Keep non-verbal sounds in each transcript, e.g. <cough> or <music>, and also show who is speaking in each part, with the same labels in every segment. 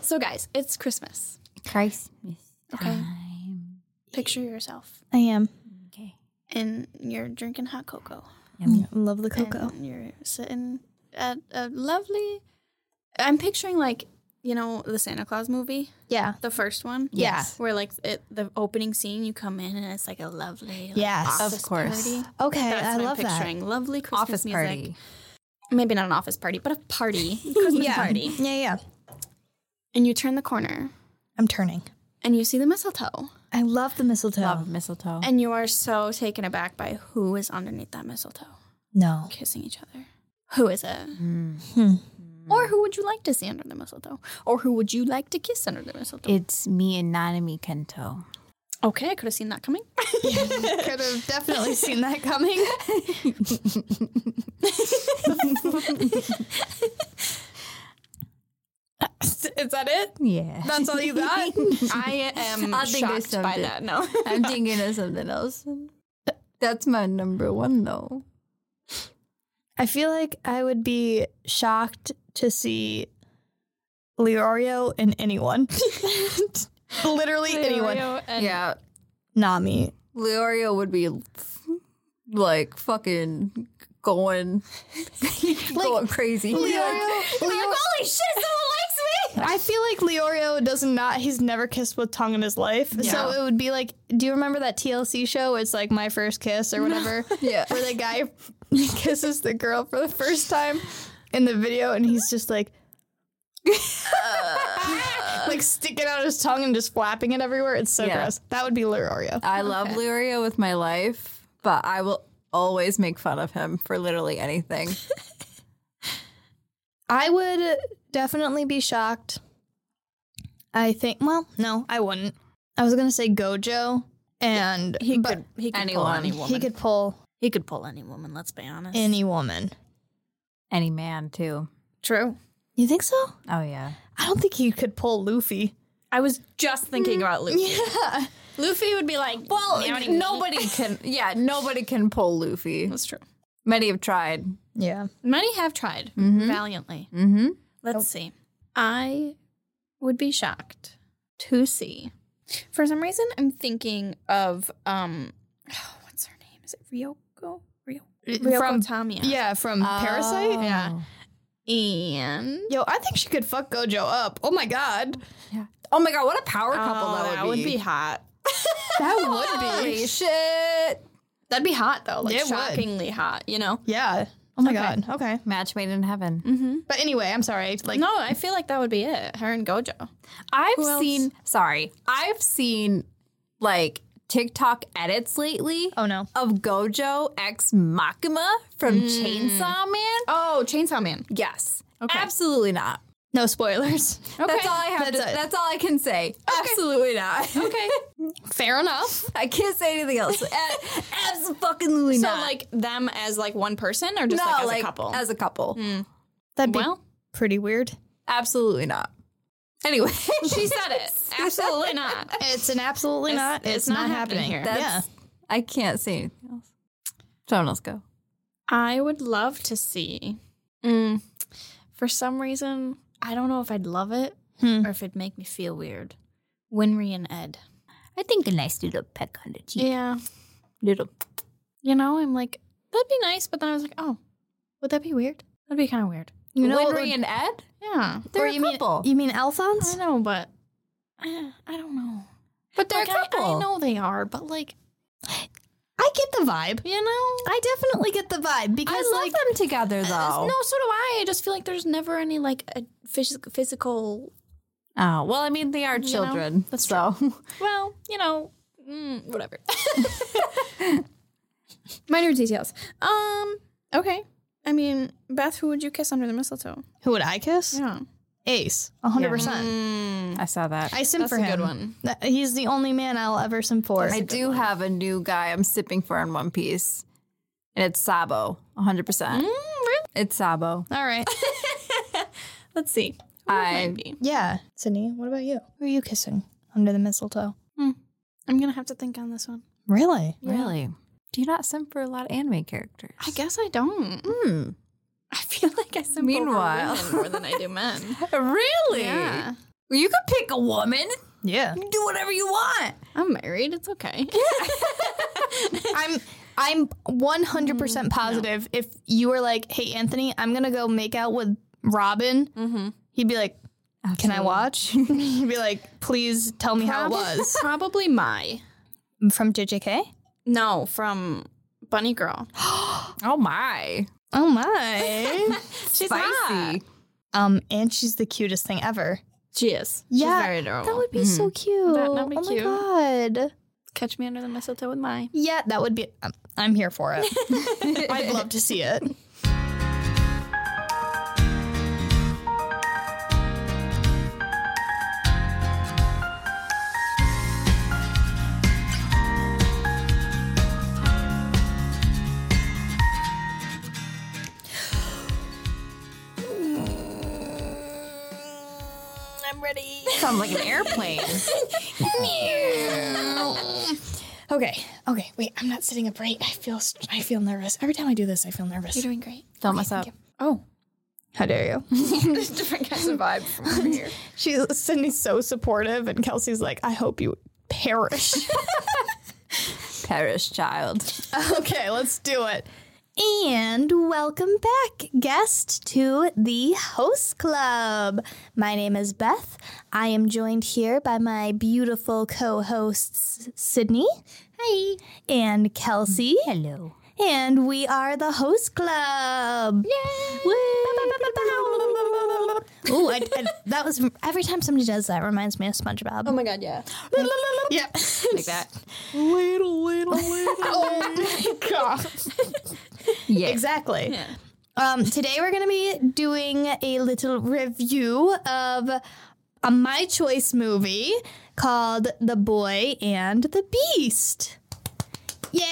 Speaker 1: So, guys, it's Christmas.
Speaker 2: Christmas.
Speaker 1: Okay.
Speaker 2: Time.
Speaker 1: Picture yourself
Speaker 3: I am.
Speaker 2: Okay.
Speaker 1: and you're drinking hot cocoa.
Speaker 2: Yum,
Speaker 3: Love the cocoa.
Speaker 1: And you're sitting at a lovely. I'm picturing like you know the Santa Claus movie,
Speaker 3: Yeah.
Speaker 1: the first one.
Speaker 2: Yes.
Speaker 1: Where like it, the opening scene, you come in and it's like a lovely. Like,
Speaker 3: Yes.
Speaker 1: office
Speaker 2: Of course.
Speaker 1: Party.
Speaker 3: Okay,
Speaker 1: That's
Speaker 3: I
Speaker 1: what
Speaker 3: love
Speaker 1: I'm
Speaker 3: that.
Speaker 1: picturing. Lovely Christmas
Speaker 2: Office
Speaker 1: music.
Speaker 2: party.
Speaker 1: Maybe not an office party, but a
Speaker 3: <laughs>
Speaker 1: party, Christmas
Speaker 3: yeah.
Speaker 1: party.
Speaker 3: Yeah, yeah.
Speaker 1: And you turn the corner
Speaker 3: I'm turning.
Speaker 1: and you see the mistletoe,
Speaker 3: I love the mistletoe.
Speaker 2: Love mistletoe.
Speaker 1: and you are so taken aback by who is underneath that mistletoe,
Speaker 3: No.
Speaker 1: kissing each other. Who is it?
Speaker 3: Hmm.
Speaker 1: Or who would you like to see under the mistletoe? Or who would you like to kiss under the mistletoe?
Speaker 2: It's me and Nanami Kento.
Speaker 1: okay, I could have seen that <laughs> coming.
Speaker 3: Could have definitely seen that
Speaker 1: <laughs>
Speaker 3: coming.
Speaker 1: Is that it?
Speaker 2: Yeah.
Speaker 1: That's all
Speaker 2: <laughs>
Speaker 1: you got? <laughs> I am
Speaker 2: I think I
Speaker 1: shocked by
Speaker 2: summed it.
Speaker 1: that. <laughs> No.
Speaker 2: I'm thinking of something else. That's my number one though.
Speaker 3: I feel like I would be shocked to see Leorio in anyone. <laughs> Literally anyone.
Speaker 2: yeah.
Speaker 3: Nami.
Speaker 2: Leorio would be like fucking <laughs> going going crazy.
Speaker 1: holy shit, someone likes
Speaker 3: I feel like Leorio does not, he's never kissed with tongue in his life. So
Speaker 2: Yeah.
Speaker 3: it would be like, do you remember that TLC show? where It's like My First Kiss or <laughs> whatever,
Speaker 2: yeah.
Speaker 3: where the guy <laughs> kisses the girl for the first time in the video and he's just like, <laughs> like sticking out his tongue and just flapping it everywhere. It's so
Speaker 2: Yeah.
Speaker 3: gross. That would be Leorio.
Speaker 2: I love Leorio with my life, but I will always make fun of him for literally anything.
Speaker 3: I would definitely be shocked. I think. Well, no, I wouldn't. I was gonna say Gojo, and
Speaker 1: me. He
Speaker 3: but
Speaker 1: could, he could pull
Speaker 2: anyone.
Speaker 1: any
Speaker 2: He
Speaker 1: woman.
Speaker 3: he could pull
Speaker 1: he could pull any woman, let's be honest.
Speaker 3: any woman.
Speaker 2: <laughs> Any man too.
Speaker 1: True.
Speaker 3: You think so?
Speaker 2: Oh yeah.
Speaker 3: I don't think he could pull Luffy.
Speaker 1: I was just thinking about <laughs> Luffy.
Speaker 3: Yeah,
Speaker 1: Luffy would be like,
Speaker 2: Well,
Speaker 1: "Meow, meow, meow."
Speaker 2: nobody can. Yeah, nobody can pull Luffy.
Speaker 1: That's true.
Speaker 2: Many have tried.
Speaker 3: yeah.
Speaker 1: Many have tried valiantly.
Speaker 2: Mm-hmm.
Speaker 1: Let's see. I would be shocked to see. For some reason, I'm thinking of um, <sighs> what's her name? Is it Ryoko? Ryo- Ryoko
Speaker 3: From-
Speaker 1: Tamiya.
Speaker 3: Yeah, from Parasite.
Speaker 1: Yeah. And
Speaker 3: Yo, I think she could fuck Gojo up. Oh my god,
Speaker 2: Oh my god, what a power couple
Speaker 1: Oh,
Speaker 2: that, would, be.
Speaker 1: hot.
Speaker 2: <laughs>
Speaker 3: that would
Speaker 2: Holy
Speaker 3: be.
Speaker 2: shit!
Speaker 1: That'd be hot though, like
Speaker 3: It would.
Speaker 1: shockingly hot. You know.
Speaker 3: Yeah. Oh my
Speaker 2: Okay.
Speaker 3: god. Okay.
Speaker 2: Match made in heaven.
Speaker 1: Mm-hmm.
Speaker 3: But anyway, I'm sorry. Like,
Speaker 1: no, I feel like that would be it. Her and Gojo.
Speaker 2: I've
Speaker 1: else?
Speaker 2: seen. Sorry, I've seen like TikTok edits lately
Speaker 3: oh no.
Speaker 2: of Gojo ex Machima from Chainsaw Man.
Speaker 1: Oh, Chainsaw Man.
Speaker 2: Yes, absolutely not.
Speaker 3: No <laughs> spoilers.
Speaker 2: That's all I have.
Speaker 3: That's
Speaker 2: to,
Speaker 3: it.
Speaker 2: that's all I can say. Absolutely not.
Speaker 1: Okay.
Speaker 3: Fair enough.
Speaker 2: <laughs> I can't say
Speaker 1: <laughs>
Speaker 2: anything else. Eh, Absolutely
Speaker 1: so
Speaker 2: not.
Speaker 1: like them as like one person, or just
Speaker 2: no,
Speaker 1: like as a couple. Hmm.
Speaker 2: As a couple.
Speaker 3: That'd be
Speaker 1: well,
Speaker 3: pretty weird.
Speaker 2: Absolutely not.
Speaker 1: <laughs>
Speaker 2: Anyway,
Speaker 1: she said it.
Speaker 2: <laughs>
Speaker 1: Absolutely not.
Speaker 3: It's an absolutely
Speaker 1: It's-
Speaker 3: not. It's, not, happening.
Speaker 1: here.
Speaker 2: that's
Speaker 3: Yeah.
Speaker 2: I can't say anything else. Someone else go.
Speaker 1: I would love to see. Mm, for some reason, I don't know if I'd love it
Speaker 3: Hmm.
Speaker 1: or if it'd make me feel weird. Winry and Ed.
Speaker 2: I think a nice little peck on the cheek.
Speaker 1: Yeah.
Speaker 2: Little.
Speaker 1: You know, I'm like, that'd be nice, but then I was like, oh, would that be weird? That'd be kind of weird.
Speaker 2: You know,
Speaker 3: what
Speaker 2: Winry and
Speaker 3: would-
Speaker 2: Ed.
Speaker 1: Yeah.
Speaker 2: They're
Speaker 3: Or
Speaker 2: a
Speaker 3: you mean-
Speaker 2: couple.
Speaker 3: You mean
Speaker 1: I
Speaker 3: Alphonse?
Speaker 1: know, but eh, I don't know.
Speaker 2: but they're
Speaker 1: Like,
Speaker 2: a
Speaker 1: I-
Speaker 2: couple.
Speaker 1: I, know they are, but like,
Speaker 3: I get the vibe.
Speaker 1: you know,
Speaker 3: I definitely get the vibe because
Speaker 2: I love
Speaker 3: like
Speaker 2: them together though.
Speaker 1: no, so do I. I just feel like there's never any like a phys- physical
Speaker 2: Oh well, I mean they are
Speaker 1: know,
Speaker 2: children.
Speaker 1: that's
Speaker 2: so
Speaker 1: Well, you know, mm, whatever. <laughs> Minor details. Um. Okay. I mean, Beth, who would you kiss under the mistletoe?
Speaker 3: who would I kiss?
Speaker 1: Yeah,
Speaker 3: Ace, hundred percent.
Speaker 1: mm,
Speaker 2: <laughs> I saw that. I,
Speaker 3: I sim
Speaker 1: that's
Speaker 3: for
Speaker 1: a
Speaker 3: him.
Speaker 1: good one.
Speaker 3: That- He's the only man I'll ever sim for.
Speaker 2: do have a new guy I'm sipping for in One Piece, and it's Sabo. 100.
Speaker 1: Mm,
Speaker 2: percent It's Sabo.
Speaker 3: All right.
Speaker 1: Let's see.
Speaker 2: I-
Speaker 1: I, be?
Speaker 3: yeah. Sydney, what about you? Who are you kissing under the mistletoe?
Speaker 1: I'm gonna have to think on this one.
Speaker 3: Really?
Speaker 2: Really? Do you not simp for a lot of anime characters?
Speaker 1: I guess I don't.
Speaker 2: Hmm.
Speaker 1: I feel like I simp
Speaker 2: Meanwhile.
Speaker 1: over women more than I do men.
Speaker 2: Really?
Speaker 1: yeah.
Speaker 2: Well, you could pick a woman.
Speaker 3: Yeah.
Speaker 2: You do whatever you want.
Speaker 1: <laughs> I'm married. It's okay.
Speaker 3: I'm I'm 100% positive if you were like, "Hey Anthony, I'm going to go make out with Robin." He'd be like, "Can I watch?" <laughs> He'd be like, "Please tell me how it was." <laughs>
Speaker 1: Probably my.
Speaker 3: From JJK?
Speaker 1: No, from Bunny Girl.
Speaker 2: Oh my.
Speaker 3: Oh <laughs> my.
Speaker 1: She's
Speaker 2: Spicy.
Speaker 1: hot.
Speaker 3: um and she's the cutest thing ever.
Speaker 1: She is.
Speaker 3: Yeah,
Speaker 1: She's very adorable. Mm-hmm.
Speaker 3: That would be so cute.
Speaker 1: Hmm. That- that'd be
Speaker 3: oh
Speaker 1: cute.
Speaker 3: my god.
Speaker 1: Catch me under the mistletoe with my.
Speaker 3: Yeah, that would be. I'm- I'm here for it. <laughs> I'd love to see it. I'm ready.
Speaker 2: Sounds like an airplane.
Speaker 3: Okay. Okay. Wait. I'm not sitting up right. I feel. st- I feel nervous. Every time I do this, I feel nervous.
Speaker 1: doing great.
Speaker 2: Don't mess up.
Speaker 1: Oh.
Speaker 3: How dare you?
Speaker 1: Different kinds of vibe from over here.
Speaker 3: She Sydney's so supportive, and Kelsey's like, "I hope you perish."
Speaker 2: <laughs>
Speaker 3: <laughs>
Speaker 2: Perish child.
Speaker 3: okay. Let's do it. And welcome back, guest, to the host club. My name is Beth. I am joined here by my beautiful co-hosts, Sydney. Hi. And Kelsey.
Speaker 2: Hello.
Speaker 3: And we are the host club. Ooh, I, I- that was every time somebody does that reminds me of SpongeBob.
Speaker 1: my god, yeah.
Speaker 3: yep.
Speaker 2: Like that.
Speaker 3: Little, <laughs> little, little. oh my god.
Speaker 2: Yeah.
Speaker 3: Exactly. Um, today we're gonna be doing a little review of a my choice movie called The Boy and the Beast. Yay!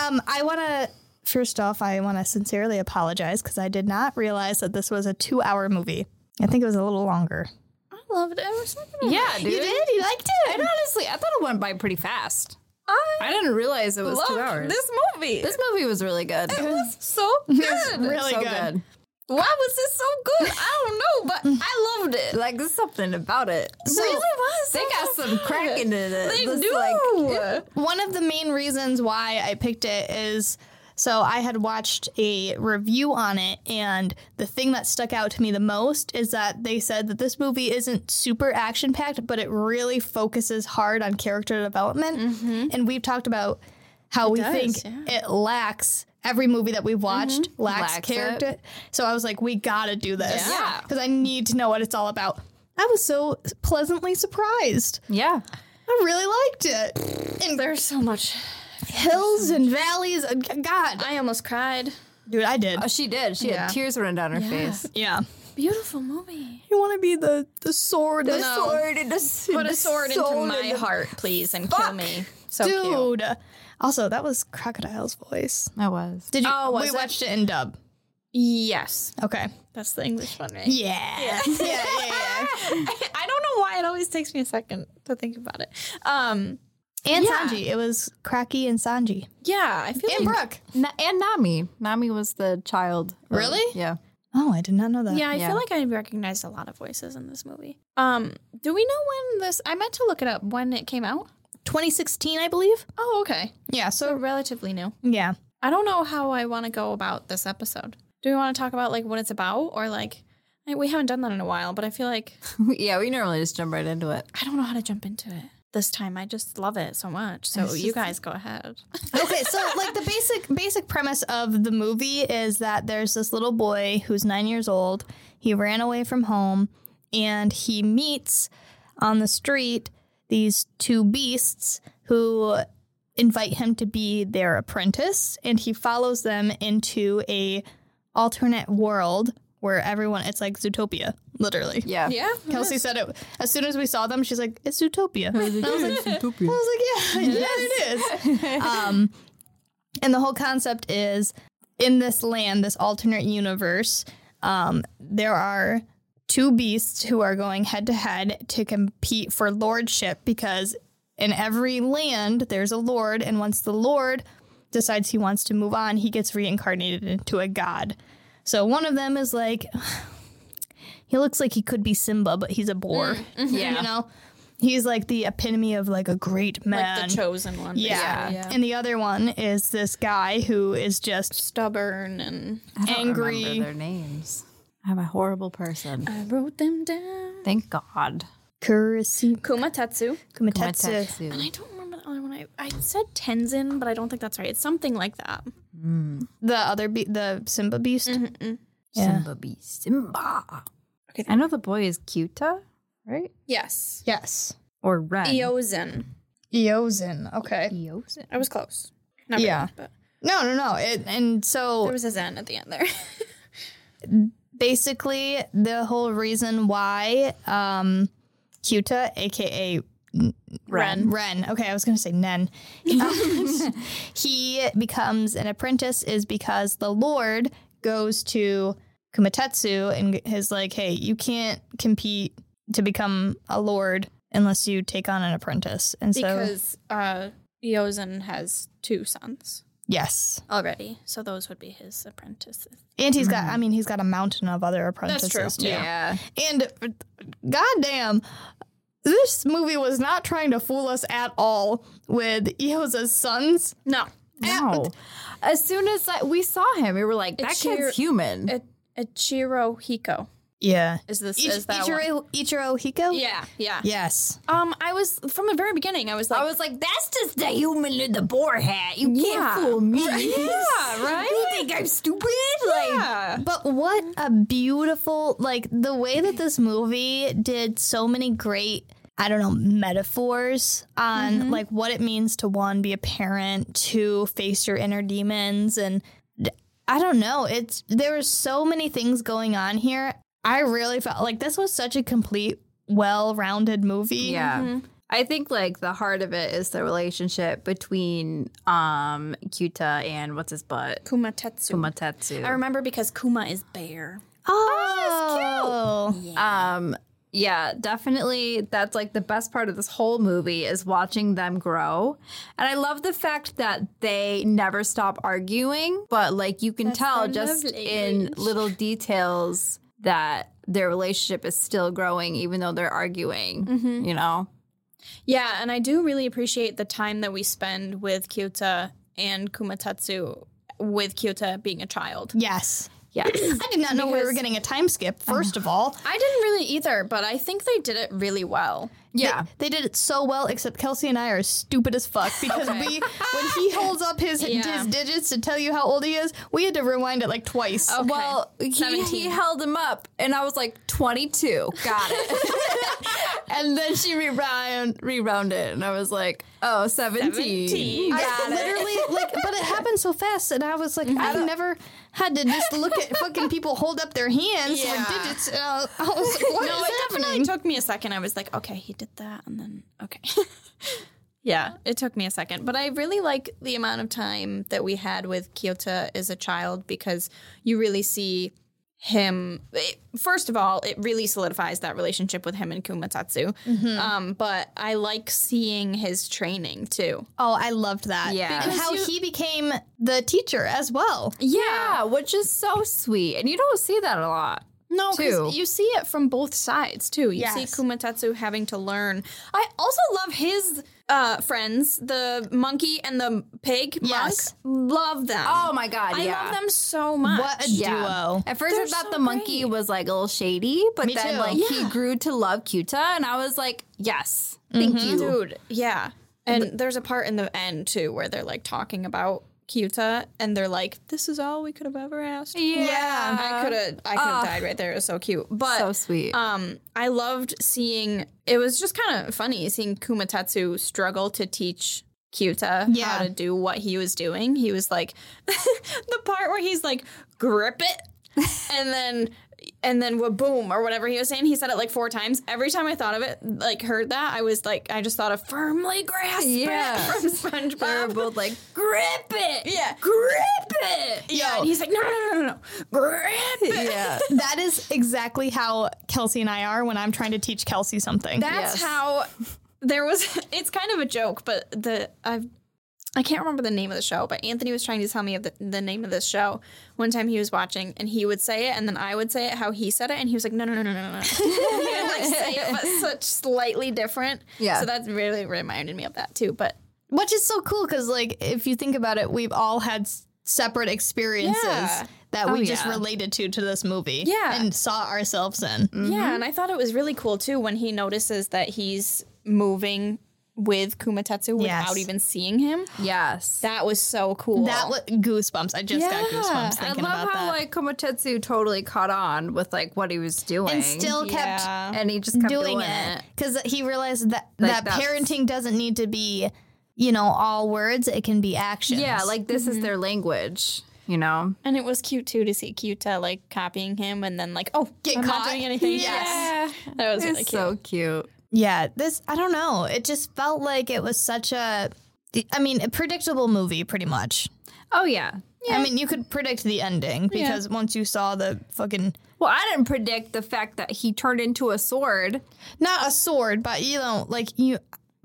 Speaker 3: Um, I wanna first off, I wanna sincerely apologize because I did not realize that this was a two hour movie. I think it was a little longer.
Speaker 1: I loved it. I was like, oh,
Speaker 2: Yeah, dude.
Speaker 3: You did? You liked it?
Speaker 2: And honestly, I thought it went by pretty fast. I didn't realize it was two hours.
Speaker 1: This movie.
Speaker 2: This movie was really good. It was
Speaker 1: so <laughs> good.
Speaker 3: really
Speaker 2: so
Speaker 3: good.
Speaker 2: good.
Speaker 1: Why was this so good? I don't know, but I loved it.
Speaker 2: Like there's something about it.
Speaker 1: really was.
Speaker 2: They got some crack into it.
Speaker 1: They
Speaker 2: This,
Speaker 1: do.
Speaker 2: Like,
Speaker 3: One of the main reasons why I picked it is so I had watched a review on it, and the thing that stuck out to me the most is that they said that this movie isn't super action packed, but it really focuses hard on character development. And we've talked about how we
Speaker 1: does,
Speaker 3: think it lacks. Every movie that we've watched lacks,
Speaker 2: Lacks it.
Speaker 3: character. So I was like, we gotta do this.
Speaker 2: Yeah.
Speaker 3: Because I need to know what it's all about. I was so pleasantly surprised.
Speaker 2: yeah.
Speaker 3: I really liked it. And
Speaker 1: There's so much.
Speaker 3: hills and valleys. uh, g- God,
Speaker 1: I almost cried.
Speaker 3: dude, I did.
Speaker 2: Oh, she did. She
Speaker 1: Yeah.
Speaker 2: had tears running down her face.
Speaker 3: Yeah,
Speaker 1: Beautiful movie.
Speaker 3: you want to be the the sword,
Speaker 2: The
Speaker 1: No.
Speaker 2: sword in the
Speaker 1: Put a sword into my heart, please, and kill me. So cute.
Speaker 3: dude. Also, that was Crocodile's voice.
Speaker 2: I was.
Speaker 3: Did you?
Speaker 1: Oh, was
Speaker 3: we
Speaker 1: it?
Speaker 3: watched it in dub.
Speaker 1: Yes,
Speaker 3: Okay.
Speaker 1: that's the English one, right?
Speaker 3: Yeah. <laughs> Yeah. yeah, yeah,
Speaker 1: <laughs> I don't know why it always takes me a second to think about it. Um,
Speaker 3: yeah. And
Speaker 1: Yeah.
Speaker 3: Sanji. It was Crocky and Sanji.
Speaker 1: yeah, I feel
Speaker 3: And
Speaker 1: like
Speaker 3: Brooke.
Speaker 2: Na- and Nami. Nami was the child. of-
Speaker 3: Really?
Speaker 2: Yeah.
Speaker 3: Oh, I did not know that.
Speaker 1: yeah, I
Speaker 2: Yeah.
Speaker 1: feel like I recognized a lot of voices in this movie. Um, do we know when this? I meant to look it up when it came out.
Speaker 3: 2016, I believe.
Speaker 1: Oh, okay,
Speaker 3: Yeah.
Speaker 1: so
Speaker 3: So
Speaker 1: relatively new.
Speaker 3: yeah.
Speaker 1: I don't know how I want to go about this episode. Do we want to talk about like what it's about, or like I, we haven't done that in a while? But I feel like
Speaker 2: <laughs>
Speaker 1: <sighs>
Speaker 2: yeah, we normally just jump right into it.
Speaker 1: I don't know how to jump into it this time. I just love it so much. So you guys go ahead.
Speaker 3: okay, so like the basic basic premise of the movie is that there's this little boy who's nine years old. He ran away from home, and he meets on the street these two beasts who invite him to be their apprentice, and he follows them into a alternate world where everyone it's like Zootopia, literally.
Speaker 2: Yeah.
Speaker 1: <laughs> Yeah,
Speaker 3: Kelsey said it as soon as we saw them. She's like, "It's Zootopia." And I was like,
Speaker 2: <laughs> Zootopia.
Speaker 3: <laughs> I was like, yeah, yeah, it is. um, and the whole concept is in this land, this alternate universe, um, there are two beasts who are going head to head to compete for lordship because in every land there's a lord, and once the lord decides he wants to move on, he gets reincarnated into a god. So one of them is like, you <sighs> He looks like he could be Simba, but he's a boar.
Speaker 2: yeah.
Speaker 3: <laughs> You know? He's like the epitome of like a great man.
Speaker 1: Like the chosen one.
Speaker 3: yeah.
Speaker 1: basically,
Speaker 3: And the other one is this guy who is just
Speaker 1: Stubborn and
Speaker 2: I don't
Speaker 3: Angry.
Speaker 2: remember their names. I'm a horrible person.
Speaker 1: I wrote them down.
Speaker 2: Thank God.
Speaker 3: Kurisi
Speaker 1: Kumatetsu.
Speaker 3: Kumatetsu.
Speaker 1: And I
Speaker 2: Komatsu.
Speaker 1: don't remember the other one. I, I said Tenzin, but I don't think that's right. It's something like that.
Speaker 3: The other be- the Simba beast.
Speaker 1: Mm-hmm.
Speaker 3: Yeah.
Speaker 2: Simba be Simba. I know the boy is Cuta, right?
Speaker 1: Yes.
Speaker 3: Yes.
Speaker 2: Or Ren.
Speaker 1: Eozen.
Speaker 3: Eosin.
Speaker 2: E-
Speaker 3: Okay.
Speaker 2: Eosin.
Speaker 1: I was close. Not really,
Speaker 3: Yeah.
Speaker 1: but
Speaker 3: No, no, no. It, and so
Speaker 1: there was a Zen at the end there.
Speaker 3: basically the whole reason why um Kyuta, aka
Speaker 1: Ren.
Speaker 3: Ren, okay, I was gonna say Nen, <laughs> Um, he becomes an apprentice is because the Lord goes to Kumatetsu and is like, hey, you can't compete to become a Lord unless you take on an apprentice. And so,
Speaker 1: Because uh, Eozen has two sons
Speaker 3: yes.
Speaker 1: already. So those would be his apprentices.
Speaker 3: And he's got, I mean, he's got a mountain of other apprentices.
Speaker 1: Mm-hmm. true.
Speaker 3: Too. And uh, goddamn, this movie was not trying to fool us at all with Eoza's sons.
Speaker 1: No.
Speaker 2: No. As soon as I, we saw him, we were like, that
Speaker 1: It's your-
Speaker 2: kid's human.
Speaker 1: I- Ichiro Hiko
Speaker 3: Yeah.
Speaker 1: is this
Speaker 3: Ich-
Speaker 1: is that one.
Speaker 3: Ichiro, Ichiro Hiko?
Speaker 1: Yeah, yeah.
Speaker 3: Yes.
Speaker 1: Um, I was from the very beginning. I was like,
Speaker 2: I was like, that's just the human in the boar hat. You
Speaker 1: Yeah.
Speaker 2: can't fool me. <laughs> Yeah, right? You think I'm stupid? Yeah. Like,
Speaker 3: But what a beautiful, like, the way that this movie did so many great, I don't know, metaphors on, like, what it means to one, be a parent, to face your inner demons. And d- I don't know. It's, there were so many things going on here. I really felt like this was such a complete, well rounded movie.
Speaker 2: yeah. I think like the heart of it is the relationship between um Kyuta and what's his butt?
Speaker 1: Kumatetsu. I
Speaker 2: Kumatetsu.
Speaker 1: remember because Kuma is bear.
Speaker 3: Oh,
Speaker 2: Um yeah, definitely that's like the best part of this whole movie is watching them grow. And I love the fact that they never stop arguing, but like you can tell
Speaker 1: so
Speaker 2: just
Speaker 1: lovely.
Speaker 2: in little details that their relationship is still growing even though they're arguing, you know.
Speaker 1: Yeah, and I do really appreciate the time that we spend with Kyota and Kumatetsu with Kyota being a child.
Speaker 3: Yes.
Speaker 2: Yes.
Speaker 3: I did not know we were getting a time skip, first of all.
Speaker 1: I didn't really either, but I think they did it really well.
Speaker 2: yeah.
Speaker 3: They did it so well, except Kelsey and I are stupid as
Speaker 1: <laughs>
Speaker 3: fuck because we, when he holds up his,
Speaker 1: Yeah.
Speaker 3: his digits to tell you how old he is, we had to rewind it like twice.
Speaker 1: Oh,
Speaker 2: Well, he, he
Speaker 1: 17.
Speaker 2: held him up, and I was like, 22. Got it. <laughs> and then she rewound, rewound it, and I was like, oh, 17.
Speaker 1: 17.
Speaker 2: Got
Speaker 3: I
Speaker 2: it.
Speaker 3: <laughs> literally, like, but it happened so fast, and I was like,
Speaker 1: Mm-hmm.
Speaker 3: I've never had to just look at fucking people hold up their hands
Speaker 1: Yeah.
Speaker 3: or digits. And I, I was like, what
Speaker 1: No,
Speaker 3: is
Speaker 1: it definitely
Speaker 3: happening?
Speaker 1: took me a second. I was like, okay, he did that, and then okay. <laughs> yeah, it took me a second, but I really like the amount of time that we had with Kyota as a child because you really see him. it- first of all, it really solidifies that relationship with him and Kumatatsu. Um, but I like seeing his training too.
Speaker 3: Oh, I loved that.
Speaker 2: Yeah.
Speaker 3: And
Speaker 2: Because
Speaker 3: how
Speaker 1: you-
Speaker 3: he became the teacher as well.
Speaker 2: Yeah, which is so sweet. And you don't see that a lot.
Speaker 1: No,
Speaker 2: Too.
Speaker 1: because you see it from both sides too. You see
Speaker 3: Yes.
Speaker 1: Kumatetsu having to learn. I also love his uh, friends, the monkey and the pig
Speaker 3: Yes.
Speaker 1: monk. Love them.
Speaker 2: Oh my God,
Speaker 1: I
Speaker 2: yeah.
Speaker 1: love them so much.
Speaker 3: What a duo.
Speaker 2: At 1st
Speaker 1: They're
Speaker 2: I thought
Speaker 1: so
Speaker 2: the monkey
Speaker 1: great.
Speaker 2: was like a little shady, but
Speaker 3: Me
Speaker 2: then
Speaker 3: too.
Speaker 2: like he grew to love Cuta, and I was like, yes, thank
Speaker 3: Mm-hmm.
Speaker 2: you.
Speaker 1: dude! Yeah, and there's a part in the end too where they're like talking about Kyuta, and they're like, "This is all we could have ever asked." I could have, I could have died right there. It was so cute, but
Speaker 2: So sweet.
Speaker 1: um, I loved seeing. It was just kind of funny seeing Kumatetsu struggle to teach Kyuta
Speaker 3: Yeah.
Speaker 1: how to do what he was doing. He was like <laughs> the part where he's like grip it, and then and then wa boom or whatever he was saying. He said it like four times. Every time I thought of it, like heard that, I was like, I just thought of firmly grasp
Speaker 2: Yeah.
Speaker 1: it <laughs> from SpongeBob.
Speaker 2: they
Speaker 3: Um,
Speaker 2: were both like, grip it.
Speaker 1: Yeah.
Speaker 2: Grip it.
Speaker 1: Yeah, and he's like, no, no, no, no, no, grip it.
Speaker 2: Yeah.
Speaker 3: That is exactly how Kelsey and I are when I'm trying to teach Kelsey something.
Speaker 1: That's
Speaker 2: Yes.
Speaker 1: <laughs> how there was. It's kind of a joke, but the I've I can't remember the name of the show, but Anthony was trying to tell me of the, the name of this show one time he was watching, and he would say it, and then I would say it how he said it, and he was like, no, no, no, no, no, <laughs> no. he would like say it, but such slightly different.
Speaker 2: Yeah.
Speaker 1: So that really reminded me of that too. But
Speaker 3: Which is so cool because, like, if you think about it, we've all had s- separate experiences
Speaker 1: Yeah.
Speaker 3: that we
Speaker 2: Oh,
Speaker 3: just
Speaker 2: yeah.
Speaker 3: related to to this movie,
Speaker 1: Yeah.
Speaker 3: and saw ourselves in.
Speaker 2: Mm.
Speaker 1: yeah, and I thought it was really cool too when he notices that he's moving with Kumatetsu
Speaker 3: Yes.
Speaker 1: without even seeing him.
Speaker 2: Yes.
Speaker 1: That was so cool.
Speaker 3: That was goosebumps. I just got
Speaker 1: Yeah.
Speaker 3: goosebumps
Speaker 2: I
Speaker 3: thinking
Speaker 2: love
Speaker 3: about
Speaker 2: how
Speaker 3: that,
Speaker 2: like Komatetsu totally caught on with like what he was doing,
Speaker 3: and still kept
Speaker 1: Yeah.
Speaker 2: and he just kept
Speaker 3: doing it because he realized that
Speaker 2: Like,
Speaker 3: that
Speaker 2: that's-
Speaker 3: parenting doesn't need to be, you know, all words. It can be actions.
Speaker 2: Yeah, like this is their language, you know.
Speaker 1: And it was cute too to see Kyuta like copying him and then like, oh,
Speaker 3: Get
Speaker 1: I'm
Speaker 3: caught.
Speaker 1: not doing anything.
Speaker 3: Yes.
Speaker 1: <laughs> Yeah. That was
Speaker 2: It's
Speaker 1: really cute.
Speaker 2: so cute.
Speaker 3: yeah. This I don't know. It just felt like it was such a, I mean, a predictable movie, pretty much.
Speaker 2: Oh yeah.
Speaker 3: I mean, you could predict the ending because once you saw the fucking
Speaker 2: Well, I didn't predict the fact that he turned into a sword.
Speaker 3: not a sword, but you know, like you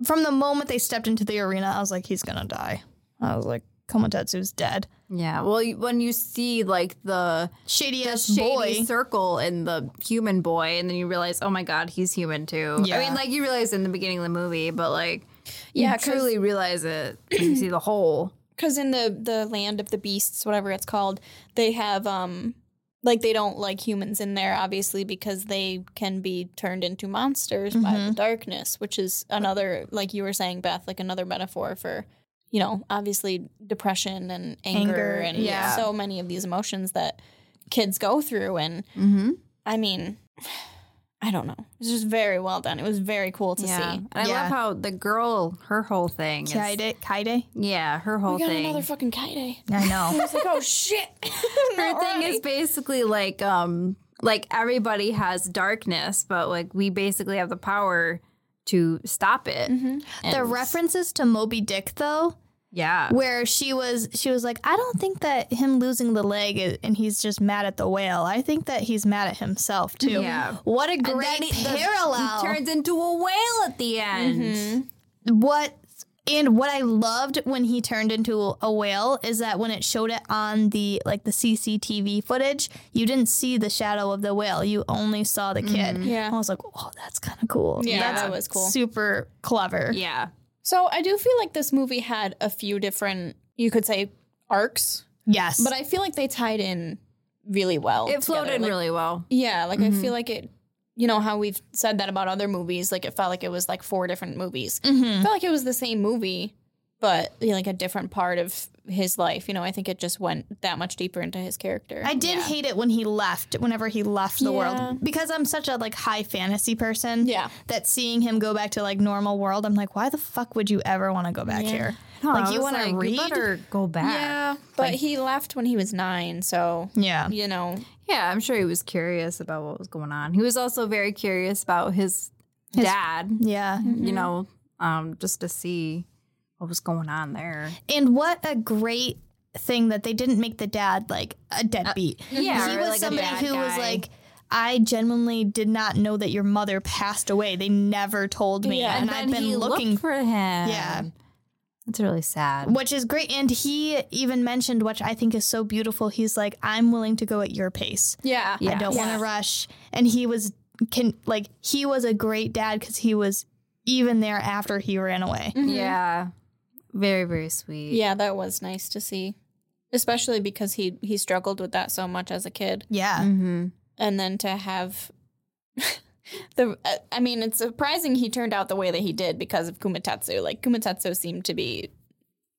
Speaker 3: from the moment they stepped into the arena, I was like, he's gonna die. I was like, Komatetsu's dead.
Speaker 2: Yeah. Well, you- when you see like the
Speaker 3: Shadiest
Speaker 2: shady
Speaker 3: boy.
Speaker 2: circle and the human boy, and then you realize, oh my god, he's human too.
Speaker 3: Yeah.
Speaker 2: I mean, like you realize in the beginning of the movie, but like
Speaker 1: Yeah,
Speaker 2: you
Speaker 1: 'cause-
Speaker 2: truly realize it when you see the whole.
Speaker 1: because in the the land of the beasts whatever it's called they have um like they don't like humans in there obviously because they can be turned into monsters by
Speaker 2: Mm-hmm.
Speaker 1: the darkness which is another like you were saying beth like another metaphor for you know obviously depression and anger,
Speaker 3: Anger,
Speaker 1: and
Speaker 2: yeah.
Speaker 1: so many of these emotions that kids go through and
Speaker 2: Mm-hmm.
Speaker 1: i mean <sighs> i don't know it's just very well done it was very cool to
Speaker 2: Yeah.
Speaker 1: see
Speaker 2: And I
Speaker 3: Yeah.
Speaker 2: love how the girl, her whole thing. Is,
Speaker 3: Kaide, Kaide.
Speaker 2: yeah, her whole
Speaker 1: we got
Speaker 2: thing.
Speaker 1: another fucking kaide
Speaker 3: I know.
Speaker 1: it's like oh <laughs> shit <laughs>
Speaker 2: her thing is basically like um like everybody has darkness, but like we basically have the power to stop it.
Speaker 3: <laughs> Mm-hmm. the
Speaker 2: And-
Speaker 3: references to Moby Dick though,
Speaker 2: Yeah.
Speaker 3: where she was she was like, I don't think that him losing the leg is, and he's just mad at the whale. I think that he's mad at himself too.
Speaker 2: Yeah.
Speaker 3: What a
Speaker 2: And then
Speaker 3: great
Speaker 2: he- the-
Speaker 3: parallel. Mm-hmm.
Speaker 2: He turns into a whale at the end.
Speaker 3: what and what I loved when he turned into a whale is that when it showed it on the like the CCTV footage, you didn't see the shadow of the whale. You only saw the kid.
Speaker 1: Yeah.
Speaker 3: I was like, oh, that's kind of cool.
Speaker 1: Mm-hmm. Yeah,
Speaker 3: that's
Speaker 1: that was cool.
Speaker 3: Super clever.
Speaker 2: Yeah.
Speaker 1: So I do feel like this movie had a few different, you could say, arcs,
Speaker 3: Yes,
Speaker 1: but I feel like they tied in really well.
Speaker 2: It flowed
Speaker 1: together.
Speaker 2: in
Speaker 1: Like-
Speaker 2: really well.
Speaker 1: Yeah, like I feel like it. You know how we've said that about other movies, like it felt like it was like four different movies. It felt like it was the same movie, but you know, like a different part of his life. You know, I think it just went that much deeper into his character.
Speaker 3: I did hate it when he left. Whenever he left the
Speaker 1: Yeah.
Speaker 3: world, because I'm such a like high fantasy person.
Speaker 1: Yeah.
Speaker 3: that seeing him go back to like normal world, I'm like, why the fuck would you ever want to go back here? like
Speaker 2: I
Speaker 3: you
Speaker 2: was
Speaker 3: want to read?
Speaker 2: better go back.
Speaker 1: yeah, but he left when he was nine, so
Speaker 3: yeah.
Speaker 1: you know,
Speaker 2: Yeah, I'm sure he was curious about what was going on. He was also very curious about his, dad,
Speaker 3: yeah.
Speaker 1: Mm-hmm.
Speaker 2: you know, um, just to see what was going on there.
Speaker 3: And what a great thing that they didn't make the dad like a deadbeat.
Speaker 2: Uh, yeah,
Speaker 3: he
Speaker 2: or,
Speaker 3: was
Speaker 2: like, a
Speaker 3: somebody
Speaker 2: bad
Speaker 3: who was
Speaker 2: guy.
Speaker 3: like, I genuinely did not know that your mother passed away. They never told me,
Speaker 1: Yeah,
Speaker 3: and, I've been looking.
Speaker 2: for him. Yeah, that's really sad.
Speaker 3: which is great. And he even mentioned, which I think is so beautiful. He's like, I'm willing to go at your pace.
Speaker 1: yeah,
Speaker 3: I don't
Speaker 1: Yeah.
Speaker 3: want to rush. And he was can like he was a great dad because he was even there after he ran away.
Speaker 2: Mm.
Speaker 1: Mm-hmm.
Speaker 2: mm-hmm. Yeah, very very sweet.
Speaker 1: yeah, that was nice to see, especially because he he struggled with that so much as a kid.
Speaker 3: Yeah.
Speaker 2: Mm-hmm.
Speaker 1: and then to have <laughs> the uh, i mean it's surprising he turned out the way that he did because of kumatetsu like kumatetsu seemed to be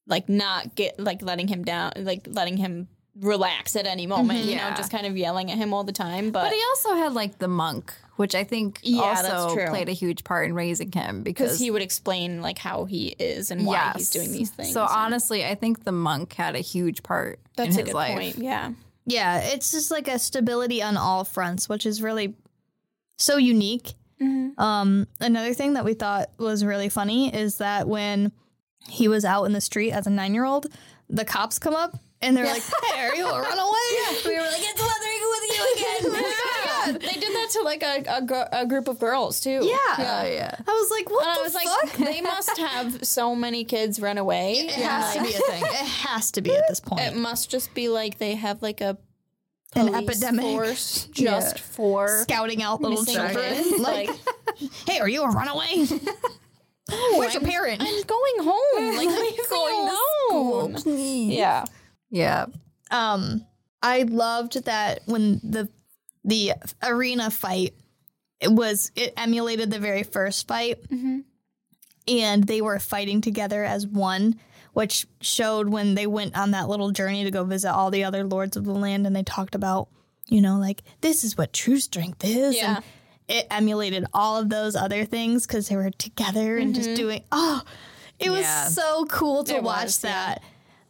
Speaker 1: like not get like letting him down like letting him relax at any moment you know
Speaker 2: Mm-hmm. Yeah.
Speaker 1: just kind of yelling at him all the time but
Speaker 2: But he also had like the monk, which I think
Speaker 1: Yeah, that's
Speaker 2: also
Speaker 1: true.
Speaker 2: played a huge part in raising him
Speaker 1: because
Speaker 2: because
Speaker 1: he would explain like how he is and why he's
Speaker 2: Yes.
Speaker 1: doing these things
Speaker 2: So
Speaker 1: and
Speaker 2: honestly, I think the monk had a huge part
Speaker 1: that's
Speaker 2: in
Speaker 1: a
Speaker 2: his
Speaker 1: good
Speaker 2: life.
Speaker 1: point yeah
Speaker 3: Yeah, it's just like a stability on all fronts, which is really so unique. Um, another thing that we thought was really funny is that when he was out in the street as a nine year old, the cops come up and <laughs> they're like, "Hey, are you a runaway?"
Speaker 2: We were like, it's weathering with you again.
Speaker 1: they did that that to like a a, gr- a group of girls too.
Speaker 3: Yeah.
Speaker 2: Oh, yeah.
Speaker 3: <laughs> I was like, what
Speaker 1: And
Speaker 3: the
Speaker 1: I was
Speaker 3: fuck?
Speaker 1: like, they must have so many kids run away.
Speaker 3: It has to be a thing. It has to be at this point.
Speaker 1: It must just be like they have like a
Speaker 3: An
Speaker 1: police
Speaker 3: epidemic. <laughs>
Speaker 1: force just for
Speaker 3: Scouting out little
Speaker 1: missing
Speaker 3: children.
Speaker 1: kids.
Speaker 3: <laughs> Like,
Speaker 1: Like,
Speaker 3: hey, are you a <laughs> runaway? Where's your parent?
Speaker 1: I'm going
Speaker 3: <laughs>
Speaker 1: home. Like I'm going home. Yeah.
Speaker 2: Yeah.
Speaker 3: um i loved that when the the arena fight it was it emulated the very first fight and they were fighting together as one which showed when they went on that little journey to go visit all the other lords of the land and they talked about you know like this is what true strength is
Speaker 1: Yeah.
Speaker 3: and it emulated all of those other things because they were together and just doing oh it
Speaker 2: Yeah.
Speaker 3: was so cool to
Speaker 1: It
Speaker 3: watch
Speaker 1: was, yeah.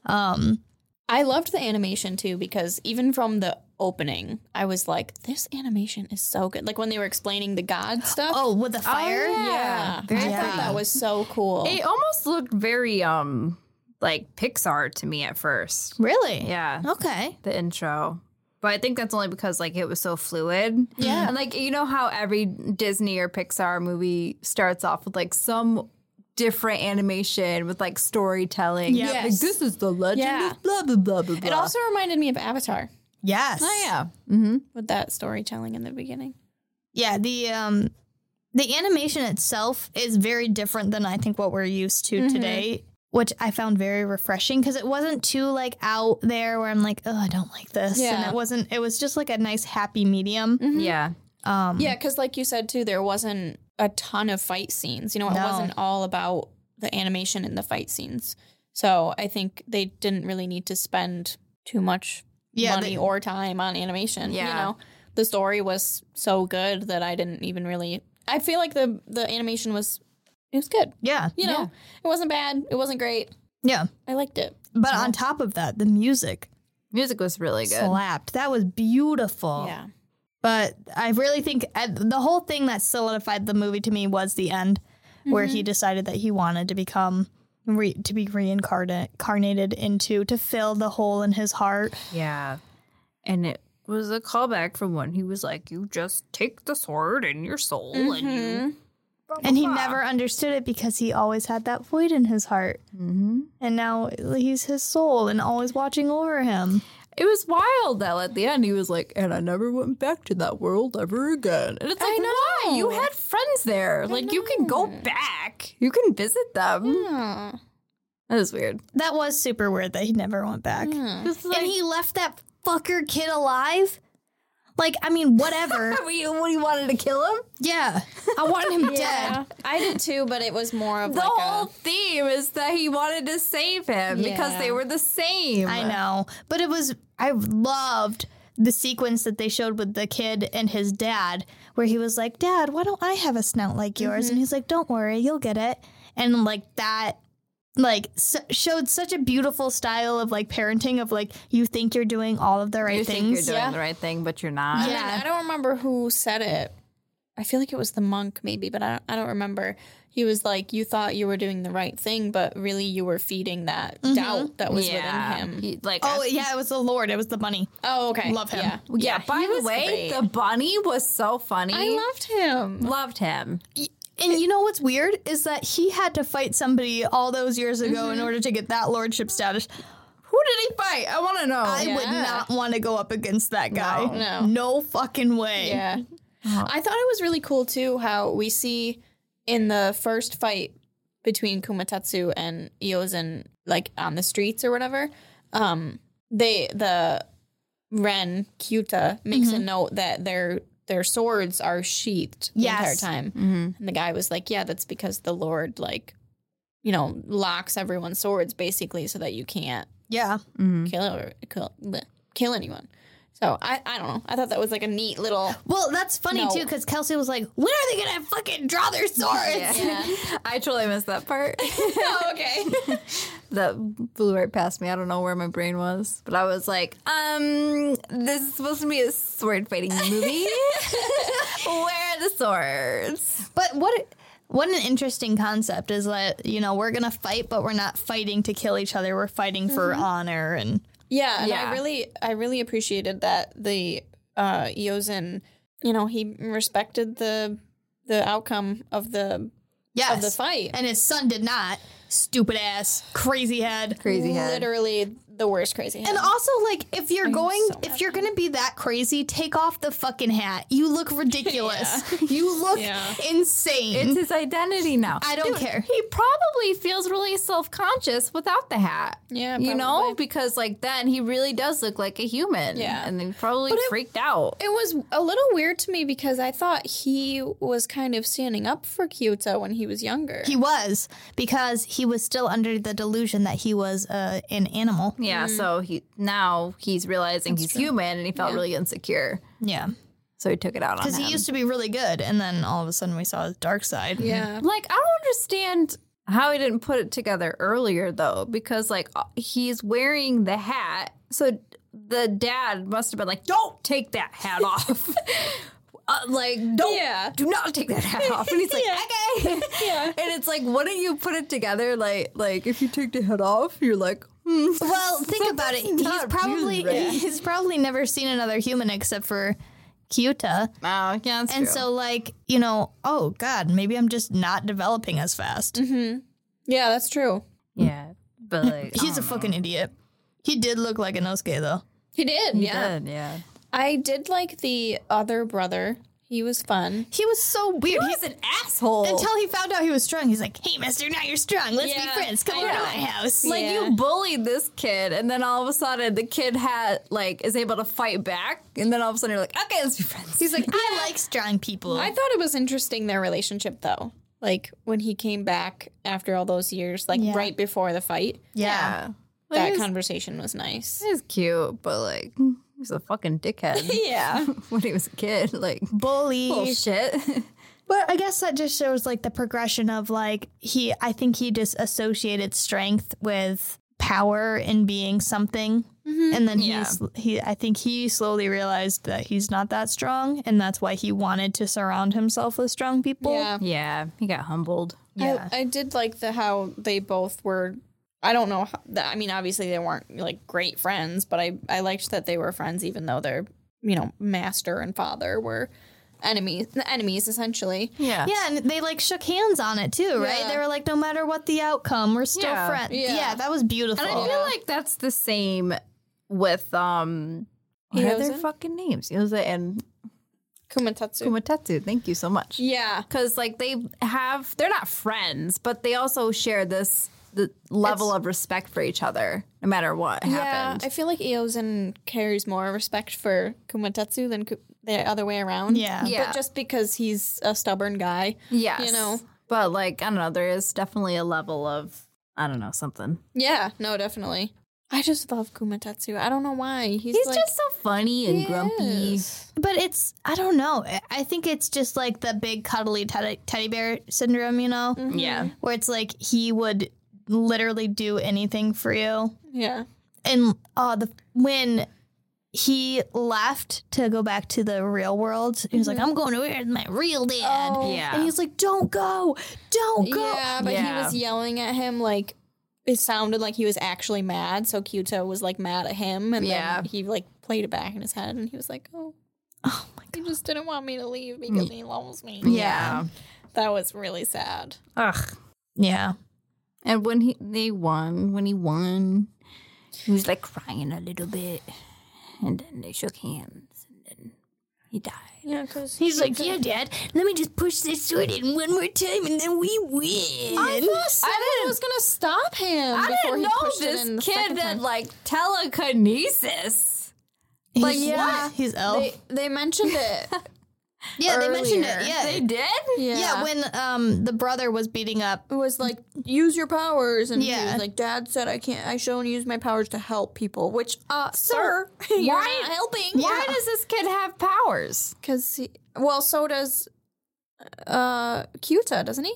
Speaker 3: that um
Speaker 1: I loved the animation too because even from the opening, I was like, this animation is so good. Like when they were explaining the god stuff.
Speaker 3: oh with the fire
Speaker 1: yeah.
Speaker 2: Very
Speaker 1: I
Speaker 3: pretty.
Speaker 1: thought that was so cool.
Speaker 2: It almost looked very um like Pixar to me at first.
Speaker 3: Really?
Speaker 2: Yeah.
Speaker 3: Okay.
Speaker 2: The intro. But I think that's only because like it was so fluid.
Speaker 1: Yeah.
Speaker 2: And like you know how every Disney or Pixar movie starts off with like some different animation with like storytelling.
Speaker 3: Yeah.
Speaker 2: Like
Speaker 1: Yes.
Speaker 2: this is the legend
Speaker 1: Yeah.
Speaker 2: of blah blah blah blah blah.
Speaker 1: it also reminded me of Avatar
Speaker 3: Yes.
Speaker 2: Oh yeah. Mm-hmm.
Speaker 1: with that storytelling in the beginning.
Speaker 3: Mm-hmm. Yeah. The um, the animation itself is very different than I think what we're used to today, which I found very refreshing because it wasn't too like out there where I'm like, oh, I don't like this, and
Speaker 1: Yeah.
Speaker 3: it wasn't. It was just like a nice happy medium.
Speaker 2: Yeah.
Speaker 3: Um,
Speaker 1: Yeah, because like you said too, there wasn't a ton of fight scenes. You know, it
Speaker 3: No.
Speaker 1: wasn't all about the animation and the fight scenes. So I think they didn't really need to spend too much
Speaker 3: Yeah,
Speaker 1: money
Speaker 3: they-
Speaker 1: or time on animation.
Speaker 2: Yeah.
Speaker 1: You know, the story was so good that I didn't even really. I feel like the the animation was it was good.
Speaker 3: yeah,
Speaker 1: You know, it wasn't bad. It wasn't great.
Speaker 3: yeah.
Speaker 1: I liked it.
Speaker 3: But on top of that, the music
Speaker 2: Music was really good.
Speaker 3: slapped. That was beautiful.
Speaker 1: Yeah.
Speaker 3: But I really think uh, the whole thing that solidified the movie to me was the end, where
Speaker 2: Mm-hmm.
Speaker 3: he decided that he wanted to become re- to be reincarnated carnated into to fill the hole in his heart.
Speaker 2: Yeah. And it was a callback from when he was like, You just take the sword and your soul and
Speaker 1: Mm-hmm.
Speaker 2: you
Speaker 3: And he never understood it because he always had that void in his heart,
Speaker 2: mm-hmm.
Speaker 3: and now he's his soul and always watching over him.
Speaker 2: It was wild though at the end he was like, and I never went back to that world ever again. And it's like why? You had friends there. like you can go back. You can visit them.
Speaker 1: Yeah.
Speaker 2: That is weird.
Speaker 3: That was super weird that he never went back,
Speaker 2: Just
Speaker 3: and he left that fucker kid alive. Like, I
Speaker 2: <laughs>
Speaker 3: mean, whatever.
Speaker 2: what, you, what, you wanted to kill him?
Speaker 3: yeah, I
Speaker 2: <laughs>
Speaker 3: want him dead.
Speaker 1: Yeah. I did too, but it was more of
Speaker 2: The
Speaker 1: like
Speaker 2: whole
Speaker 1: a,
Speaker 2: theme is that he wanted to save him because
Speaker 1: Yeah.
Speaker 2: they were the same.
Speaker 3: I know, but it was I loved the sequence that they showed with the kid and his dad, where he was like, "Dad, why don't I have a snout like yours?"
Speaker 2: Mm-hmm.
Speaker 3: And he's like, "Don't worry, you'll get it." And like that, like s showed such a beautiful style of like parenting of like you think you're doing all of the right
Speaker 2: You think you're
Speaker 3: things.
Speaker 2: doing
Speaker 1: Yeah.
Speaker 2: the right thing, but you're not.
Speaker 1: And then
Speaker 3: Yeah.
Speaker 1: I don't remember who said it. I feel like it was the monk, maybe, but I don't, I don't remember. He was like, You thought you were doing the right thing, but really you were feeding that doubt that was within him.
Speaker 2: He- like I
Speaker 3: Oh yeah, it was the Lord. It was the bunny.
Speaker 1: Oh, okay.
Speaker 3: Love him.
Speaker 1: Yeah.
Speaker 2: Yeah, by
Speaker 1: he
Speaker 2: the
Speaker 1: was
Speaker 2: way,
Speaker 1: great.
Speaker 2: the bunny was so funny.
Speaker 1: I loved him.
Speaker 2: loved him.
Speaker 3: And you know what's weird is that he had to fight somebody all those years ago
Speaker 2: Mm-hmm.
Speaker 3: in order to get that lordship status.
Speaker 2: Who did he fight? I want to know.
Speaker 3: I would
Speaker 1: Oh, Yeah.
Speaker 3: not want to go up against that guy.
Speaker 1: No. No.
Speaker 3: fucking way.
Speaker 1: Yeah. I thought it was really cool too how we see in the first fight between Kumatatsu and Iozen, like on the streets or whatever, um, they the Ren Kyuta makes a note that their their swords are sheathed the
Speaker 3: Yes.
Speaker 1: entire time.
Speaker 2: Mm-hmm.
Speaker 1: And the guy was like, Yeah, that's because the Lord like you know, locks everyone's swords basically so that you can't
Speaker 3: Yeah.
Speaker 1: kill or kill, bleh, kill anyone. So I, I don't know. I thought that was like a neat little
Speaker 3: Well, that's funny
Speaker 1: No.
Speaker 3: too because Kelsey was like, "When are they gonna fucking draw their swords?"
Speaker 2: <laughs> I totally missed that <laughs> part.
Speaker 1: <laughs> oh, okay.
Speaker 2: that blew right past me. I don't know where my brain was, but I was like, um, this is supposed to be a sword fighting movie. Where are the swords?
Speaker 3: <laughs> But what? What an interesting concept is that you know we're gonna fight, but we're not fighting to kill each other. We're fighting for
Speaker 1: Mm-hmm.
Speaker 3: honor and
Speaker 1: Yeah, and
Speaker 2: Yeah.
Speaker 1: I really I really appreciated that the uh Eozen you know, he respected the the outcome of the
Speaker 3: Yes.
Speaker 1: of the fight.
Speaker 3: and his son did not. Stupid ass, crazy head.
Speaker 2: Crazy head.
Speaker 1: Literally the worst crazy.
Speaker 3: And
Speaker 1: hand.
Speaker 3: also, like, if you're
Speaker 1: I'm
Speaker 3: going,
Speaker 1: so
Speaker 3: if you're gonna be that crazy, take off the fucking hat.
Speaker 1: <laughs>
Speaker 3: You look ridiculous. <laughs> You look
Speaker 1: Yeah.
Speaker 3: insane.
Speaker 2: It's his identity now.
Speaker 3: I don't care.
Speaker 2: He probably feels really self conscious without the hat.
Speaker 1: Yeah,
Speaker 2: You know,
Speaker 1: probably.
Speaker 2: because like then he really does look like a human.
Speaker 1: Yeah.
Speaker 2: And then probably freaked out.
Speaker 1: It was a little weird to me because I thought he was kind of standing up for Kyuta when he was younger.
Speaker 3: He was because he was still under the delusion that he was uh, an animal.
Speaker 2: Yeah. So he now he's realizing he's human and he felt really insecure.
Speaker 3: Yeah,
Speaker 2: So he took it out on him.
Speaker 3: because he used to be really good, and then all of a sudden we saw his dark side.
Speaker 1: yeah.
Speaker 2: Like, I don't understand how he didn't put it together earlier, though, because like uh, he's wearing the hat. So the dad must have been like, don't take that hat off. <laughs> Uh, like, don't,
Speaker 1: Yeah.
Speaker 2: do not take that hat off. And he's like, okay.
Speaker 1: <laughs> Yeah.
Speaker 2: And it's like, wouldn't you put it together? Like, like if you take the hat off, you're like, hmm.
Speaker 3: Well, think about it. He's
Speaker 2: not
Speaker 3: probably
Speaker 2: really right.
Speaker 3: <laughs> he's probably never seen another human except for Kyuta.
Speaker 2: Oh, yeah,
Speaker 3: And so, like, you know, oh God, maybe I'm just not developing as fast.
Speaker 1: Yeah, that's true.
Speaker 2: yeah, but like, oh,
Speaker 3: He's a fucking idiot. He did look like a Nosuke, though.
Speaker 1: He did. yeah.
Speaker 2: yeah, yeah.
Speaker 1: I did like the other brother. He was fun.
Speaker 3: He was so weird. He-
Speaker 2: He's an asshole.
Speaker 3: until he found out he was strong, he's like, hey, mister, now you're strong. Let's
Speaker 1: Yeah,
Speaker 3: be friends. Come
Speaker 1: I
Speaker 3: over to
Speaker 1: know.
Speaker 3: my house.
Speaker 2: Like
Speaker 1: Yeah.
Speaker 2: you bullied this kid, and then all of a sudden the kid had like is able to fight back, and then all of a sudden you're like, okay, let's be friends.
Speaker 3: he's like, I like strong people.
Speaker 1: I thought it was interesting their relationship though. Like when he came back after all those years, like
Speaker 3: Yeah.
Speaker 1: right before the fight,
Speaker 3: yeah.
Speaker 1: that
Speaker 2: he's,
Speaker 1: conversation was nice.
Speaker 2: he's cute, but like he's a fucking <laughs> dickhead
Speaker 1: <laughs> Yeah.
Speaker 2: when <laughs> he was a kid. Like
Speaker 3: Bully.
Speaker 2: bullshit. <laughs>
Speaker 3: But I guess that just shows like the progression of like he I think he just associated strength with power and being something. And then
Speaker 2: Yeah.
Speaker 3: he's he I think he slowly realized that he's not that strong and that's why he wanted to surround himself with strong people.
Speaker 1: Yeah.
Speaker 2: yeah, he got humbled.
Speaker 3: Yeah.
Speaker 1: I, I did like the how they both were. I don't know. How, that, I mean, obviously they weren't like great friends, but I I liked that they were friends, even though their you know master and father were enemies. Enemies essentially.
Speaker 2: Yeah,
Speaker 3: Yeah, and they like shook hands on it too, right?
Speaker 1: Yeah.
Speaker 3: They were like, no matter what the outcome, we're still
Speaker 2: Yeah.
Speaker 3: friends.
Speaker 1: Yeah.
Speaker 3: Yeah. that was beautiful.
Speaker 2: And I feel like that's the same with um. What are their
Speaker 1: Hyozen?
Speaker 2: fucking names? Yoza and
Speaker 1: Kumatatsu.
Speaker 2: Kumatetsu. Thank you so much.
Speaker 1: yeah.
Speaker 2: because like they have they're not friends but they also share this the level of respect for each other no matter what happened
Speaker 1: Yeah, I feel like Eozen carries more respect for Kumatetsu than Ku- the other way around.
Speaker 3: Yeah.
Speaker 2: Yeah.
Speaker 1: But just because he's a stubborn guy.
Speaker 2: yes
Speaker 1: You know.
Speaker 2: but like i don't know there is definitely a level of i don't know something
Speaker 1: Yeah, no, definitely. I just love Kumatetsu. I don't know why. He's,
Speaker 2: he's
Speaker 1: like,
Speaker 2: just so funny and grumpy
Speaker 1: Yes.
Speaker 3: But it's I don't know. I- I think it's just like the big cuddly teddy, teddy bear syndrome, you know,
Speaker 1: Mm-hmm.
Speaker 2: yeah
Speaker 3: where it's like he would literally do anything for you.
Speaker 1: Yeah.
Speaker 3: And uh, the when he left to go back to the real world, he was like, "I'm going to where my real dad,"
Speaker 1: Mm-hmm. Oh.
Speaker 2: yeah
Speaker 3: and he's like, "Don't go, don't go."
Speaker 1: Yeah, but he
Speaker 2: Yeah.
Speaker 1: was yelling at him like it sounded like he was actually mad. So Kyuto was like mad at him, and
Speaker 2: Yeah.
Speaker 1: then he like played it back in his head, and he was like, "Oh,
Speaker 3: Oh my
Speaker 1: he just didn't want me to leave because he loves me."
Speaker 2: Mm. yeah
Speaker 1: that was really sad.
Speaker 2: ugh
Speaker 3: yeah.
Speaker 2: and when he they won when he won he was like crying a little bit and then they shook hands and then he died
Speaker 1: Yeah, because
Speaker 3: He's like, "Yeah, Dad, let me just push this sword in one more time, and then we win."
Speaker 1: I thought it was gonna stop him.
Speaker 2: I
Speaker 1: before
Speaker 2: didn't
Speaker 1: he
Speaker 2: know
Speaker 1: pushed it in the
Speaker 2: this kid
Speaker 1: second
Speaker 2: that
Speaker 1: time.
Speaker 2: like telekinesis.
Speaker 3: like,
Speaker 2: Yeah. what?
Speaker 3: He's "Oh." elf.
Speaker 1: They, they mentioned <laughs> it.
Speaker 3: yeah, they mentioned it.
Speaker 1: earlier.
Speaker 3: Yeah,
Speaker 2: They did?
Speaker 1: Yeah.
Speaker 3: Yeah, when um the brother was beating up.
Speaker 1: it was like use your powers, and he
Speaker 3: Yeah.
Speaker 1: was like, "Dad said I can't. I should only use my powers to help people." Which, uh, sir, <laughs> you're
Speaker 2: why-
Speaker 1: not helping.
Speaker 2: Why does this kid have powers?
Speaker 1: Because he, well, so does uh Kyuta, doesn't he?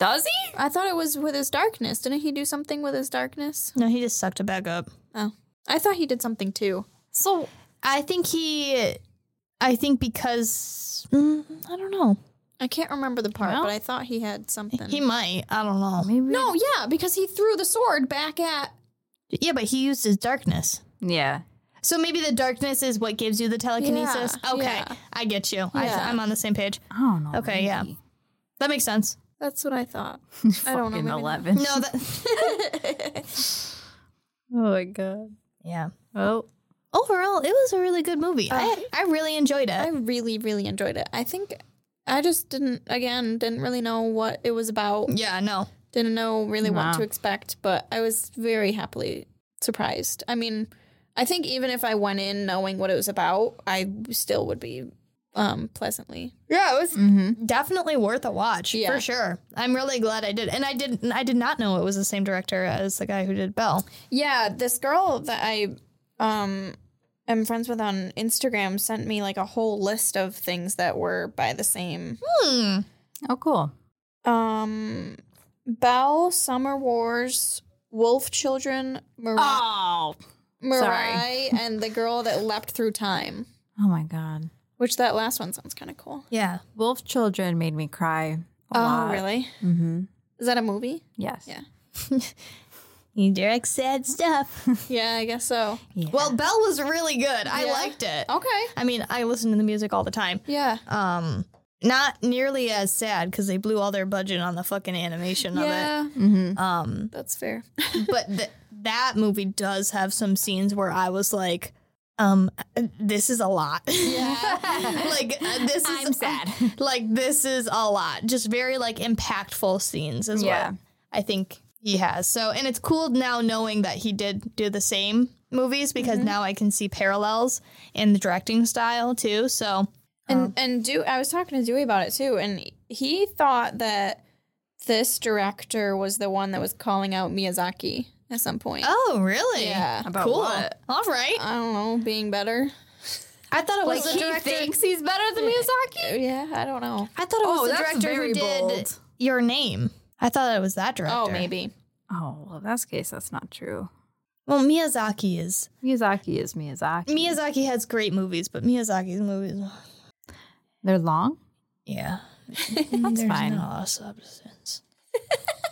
Speaker 2: Does he?
Speaker 1: I thought it was with his darkness. Didn't he do something with his darkness?
Speaker 3: No, he just sucked it back up.
Speaker 1: Oh, I thought he did something too.
Speaker 2: So
Speaker 3: I think he. I think because mm, I don't know.
Speaker 1: I can't remember the part,
Speaker 2: Well-
Speaker 1: but I thought he had something.
Speaker 3: He might. I don't know.
Speaker 2: maybe
Speaker 1: no, yeah, because he threw the sword back at.
Speaker 3: Yeah, but he used his darkness.
Speaker 2: Yeah.
Speaker 3: So maybe the darkness is what gives you the telekinesis.
Speaker 1: Yeah,
Speaker 3: okay,
Speaker 1: yeah.
Speaker 3: I get you. I,
Speaker 1: Yeah.
Speaker 3: I'm on the same page.
Speaker 2: I don't know.
Speaker 3: Okay, yeah. That makes <laughs> sense.
Speaker 1: That's what I thought. I don't know.
Speaker 2: <laughs> Fucking
Speaker 1: maybe- <laughs>
Speaker 2: eleven.
Speaker 3: No, that
Speaker 2: <laughs> Oh my god.
Speaker 3: yeah.
Speaker 2: Oh.
Speaker 3: Overall, it was a really good movie. I Uh, I really enjoyed
Speaker 1: I
Speaker 2: <laughs>
Speaker 3: it.
Speaker 1: really, really enjoyed it. I think I just didn't, again, didn't really know what it was about.
Speaker 3: Yeah, no.
Speaker 1: Didn't know really
Speaker 2: Wow.
Speaker 1: what to expect, but I was very happily surprised. I mean, I think even if I went in knowing what it was about, I still would be um pleasantly.
Speaker 3: Yeah, it was
Speaker 2: Mm-hmm.
Speaker 3: definitely worth a watch
Speaker 1: Yeah.
Speaker 3: for sure. I'm really glad I did, and I did. I did not know it was the same director as the guy who did Belle.
Speaker 1: Yeah, this girl that I um am friends with on Instagram sent me like a whole list of things that were by the same
Speaker 3: Hmm.
Speaker 2: Oh, cool.
Speaker 1: um Bell, Summer Wars, Wolf Children, Mar-
Speaker 2: Oh.
Speaker 1: Mirai, and the girl that leapt through time.
Speaker 2: Oh my god.
Speaker 1: Which that last one sounds kind of cool.
Speaker 3: Yeah.
Speaker 2: Wolf Children made me cry. A
Speaker 1: oh,
Speaker 2: lot.
Speaker 1: really?
Speaker 2: Mm-hmm.
Speaker 1: Is that a movie?
Speaker 2: Yes. <laughs>
Speaker 1: Yeah.
Speaker 3: He directs sad stuff.
Speaker 1: Yeah, I guess so.
Speaker 2: Yeah.
Speaker 3: Well, Belle was really good. I
Speaker 1: Yeah.
Speaker 3: liked it.
Speaker 1: Okay.
Speaker 3: I mean, I listen to the music all the time.
Speaker 1: Yeah.
Speaker 3: Um, not nearly as sad because they blew all their budget on the fucking animation of
Speaker 1: Yeah,
Speaker 2: Mm-hmm.
Speaker 3: it. Um,
Speaker 1: that's fair.
Speaker 3: but th- that movie does have some scenes where I was like, um, this is a lot. <laughs> like uh, this is
Speaker 2: I'm sad.
Speaker 3: <laughs> Like this is a lot. Just very like impactful scenes as
Speaker 2: Yeah.
Speaker 3: well. I think he has. So and it's cool now knowing that he did do the same movies because now I can see parallels in the directing style too. So
Speaker 1: <laughs> And and do I was talking to Dewey about it too, and he thought that this director was the one that was calling out Miyazaki at some point.
Speaker 3: Oh really?
Speaker 1: Yeah. Uh,
Speaker 2: About
Speaker 3: cool.
Speaker 2: what?
Speaker 3: All right.
Speaker 1: I don't know, being better.
Speaker 3: I thought it
Speaker 2: Like
Speaker 3: was the
Speaker 2: he
Speaker 3: director.
Speaker 2: thinks he's better than Miyazaki.
Speaker 1: Yeah, I don't know.
Speaker 3: I thought it was
Speaker 2: Oh,
Speaker 3: the
Speaker 2: that's
Speaker 3: director
Speaker 2: very
Speaker 3: who did
Speaker 2: bold.
Speaker 3: your name. I thought it was that director.
Speaker 1: Oh, maybe.
Speaker 2: Oh well, in that case, that's not true.
Speaker 3: Well, Miyazaki is
Speaker 2: Miyazaki is Miyazaki.
Speaker 3: Miyazaki has great movies, but Miyazaki's movies,
Speaker 2: They're long. <laughs>
Speaker 3: yeah, Mm-hmm.
Speaker 2: That's fine.
Speaker 3: No substance.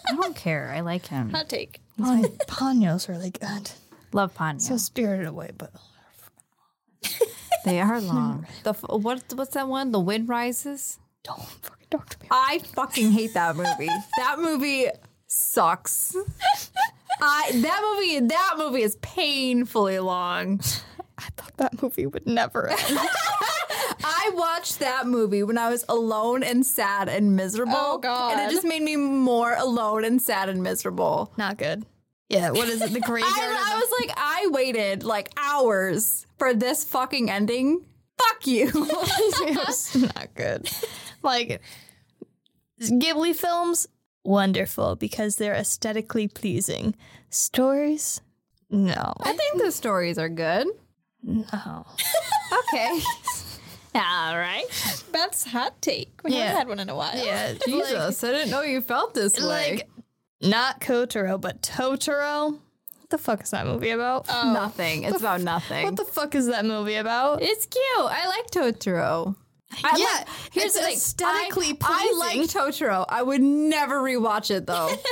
Speaker 2: I don't care. I like him.
Speaker 1: Hot take.
Speaker 3: Pan- <laughs> Ponyo's really good.
Speaker 2: Love Ponyo.
Speaker 3: So spirited away, but
Speaker 2: they <laughs> are long. The f- what? What's that one? The Wind Rises.
Speaker 3: don't fucking talk to me.
Speaker 2: I fucking hate that movie. that movie sucks. I that movie that movie is painfully long.
Speaker 3: I thought that movie
Speaker 2: <laughs>
Speaker 3: would never end.
Speaker 2: I watched that movie when I was alone and sad and miserable.
Speaker 1: Oh, God.
Speaker 2: And it just made me more alone and sad and miserable.
Speaker 3: Not good. Yeah, what is it? The graveyard.
Speaker 2: I, <laughs> I
Speaker 3: of-
Speaker 2: was like, I waited like hours for this fucking ending. Fuck you.
Speaker 3: It was <laughs> not good. Like Ghibli films, wonderful because they're aesthetically pleasing. Stories, no,
Speaker 2: <laughs>
Speaker 3: Oh,
Speaker 2: I think the stories are good.
Speaker 3: no.
Speaker 2: Okay. <laughs> All right.
Speaker 1: Beth's hot take. We
Speaker 3: Yeah.
Speaker 1: haven't had one in a while.
Speaker 2: <laughs>
Speaker 3: Yeah, like-
Speaker 2: Jesus, I didn't know you felt this way.
Speaker 3: like not Kotaro, but Totoro. What the fuck is that movie about?
Speaker 2: Oh, Nothing. It's about nothing.
Speaker 3: what um, the fuck is that movie about?
Speaker 2: It's cute. I like Totoro. I
Speaker 3: Yeah,
Speaker 2: like, here's
Speaker 3: it's
Speaker 2: the thing. I,
Speaker 3: aesthetically
Speaker 2: I
Speaker 3: pleasing.
Speaker 2: like Totoro. I would never rewatch it though.
Speaker 3: <laughs>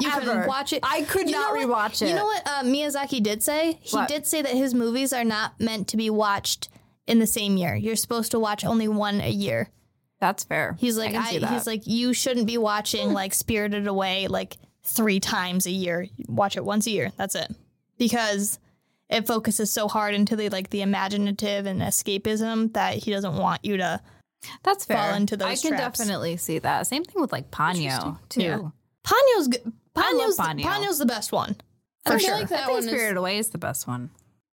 Speaker 3: You
Speaker 2: Ever.
Speaker 3: can watch it.
Speaker 2: I could
Speaker 3: You
Speaker 2: not
Speaker 3: know what-
Speaker 2: rewatch it.
Speaker 3: You know what uh, Miyazaki did say? He
Speaker 2: What?
Speaker 3: did say that his movies are not meant to be watched in the same year. You're supposed to watch only one a year.
Speaker 2: That's fair.
Speaker 3: He's like,
Speaker 2: can
Speaker 3: I,
Speaker 2: see that.
Speaker 3: he's like, you shouldn't
Speaker 2: <laughs>
Speaker 3: be watching like Spirited Away like three times a year. Watch it once a year. That's it, because it focuses so hard into the like the imaginative and escapism that he doesn't want you to.
Speaker 2: That's fair.
Speaker 3: fall into those
Speaker 2: I can
Speaker 3: traps.
Speaker 2: definitely see that. Same thing with like Ponyo too.
Speaker 3: Yeah. Ponyo's g-
Speaker 2: I love
Speaker 3: Ponyo's
Speaker 2: Ponyo.
Speaker 3: Ponyo's the best one
Speaker 1: I
Speaker 3: for
Speaker 1: feel
Speaker 3: sure.
Speaker 1: like
Speaker 2: I
Speaker 1: that
Speaker 2: think
Speaker 1: one
Speaker 2: Spirited
Speaker 1: is.
Speaker 2: Away is the best one.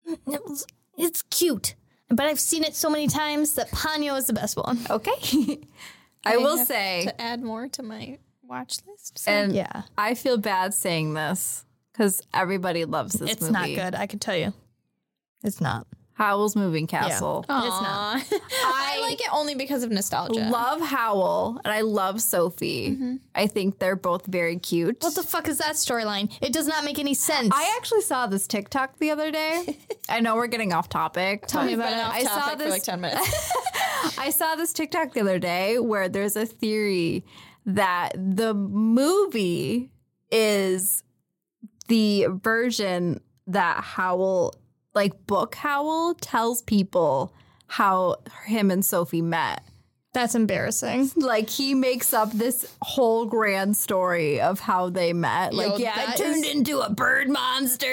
Speaker 3: It was- it's cute, but I've seen it so many times that Ponyo is the best one.
Speaker 2: Okay. <laughs> I will
Speaker 1: have
Speaker 2: say,
Speaker 1: To add more to my watch list. So.
Speaker 2: and
Speaker 3: Yeah,
Speaker 2: I feel bad saying this because everybody loves this
Speaker 3: it's
Speaker 2: movie.
Speaker 3: not good. I can tell you, it's not.
Speaker 2: Howl's Moving
Speaker 3: Oh,
Speaker 2: Castle.
Speaker 1: Aw. <laughs> I, like it only because of nostalgia.
Speaker 2: Love Howl and I love Sophie. I think they're both very cute.
Speaker 3: What the fuck is that storyline? It does not make any sense.
Speaker 2: I actually saw this TikTok the other day. I know we're getting off topic. Tell
Speaker 1: We've been off
Speaker 2: I saw
Speaker 1: topic for
Speaker 2: this
Speaker 1: like ten
Speaker 2: <laughs>
Speaker 1: minutes.
Speaker 2: I saw this TikTok the other day where there's a theory that the movie is the version that Howl like book howl tells people how him and Sophie met.
Speaker 3: That's embarrassing.
Speaker 2: Like he makes up this whole grand story of how they met. Like,
Speaker 3: Yo,
Speaker 2: yeah, I
Speaker 3: that
Speaker 2: turned
Speaker 3: is-
Speaker 2: into a bird
Speaker 3: <laughs>
Speaker 2: monster.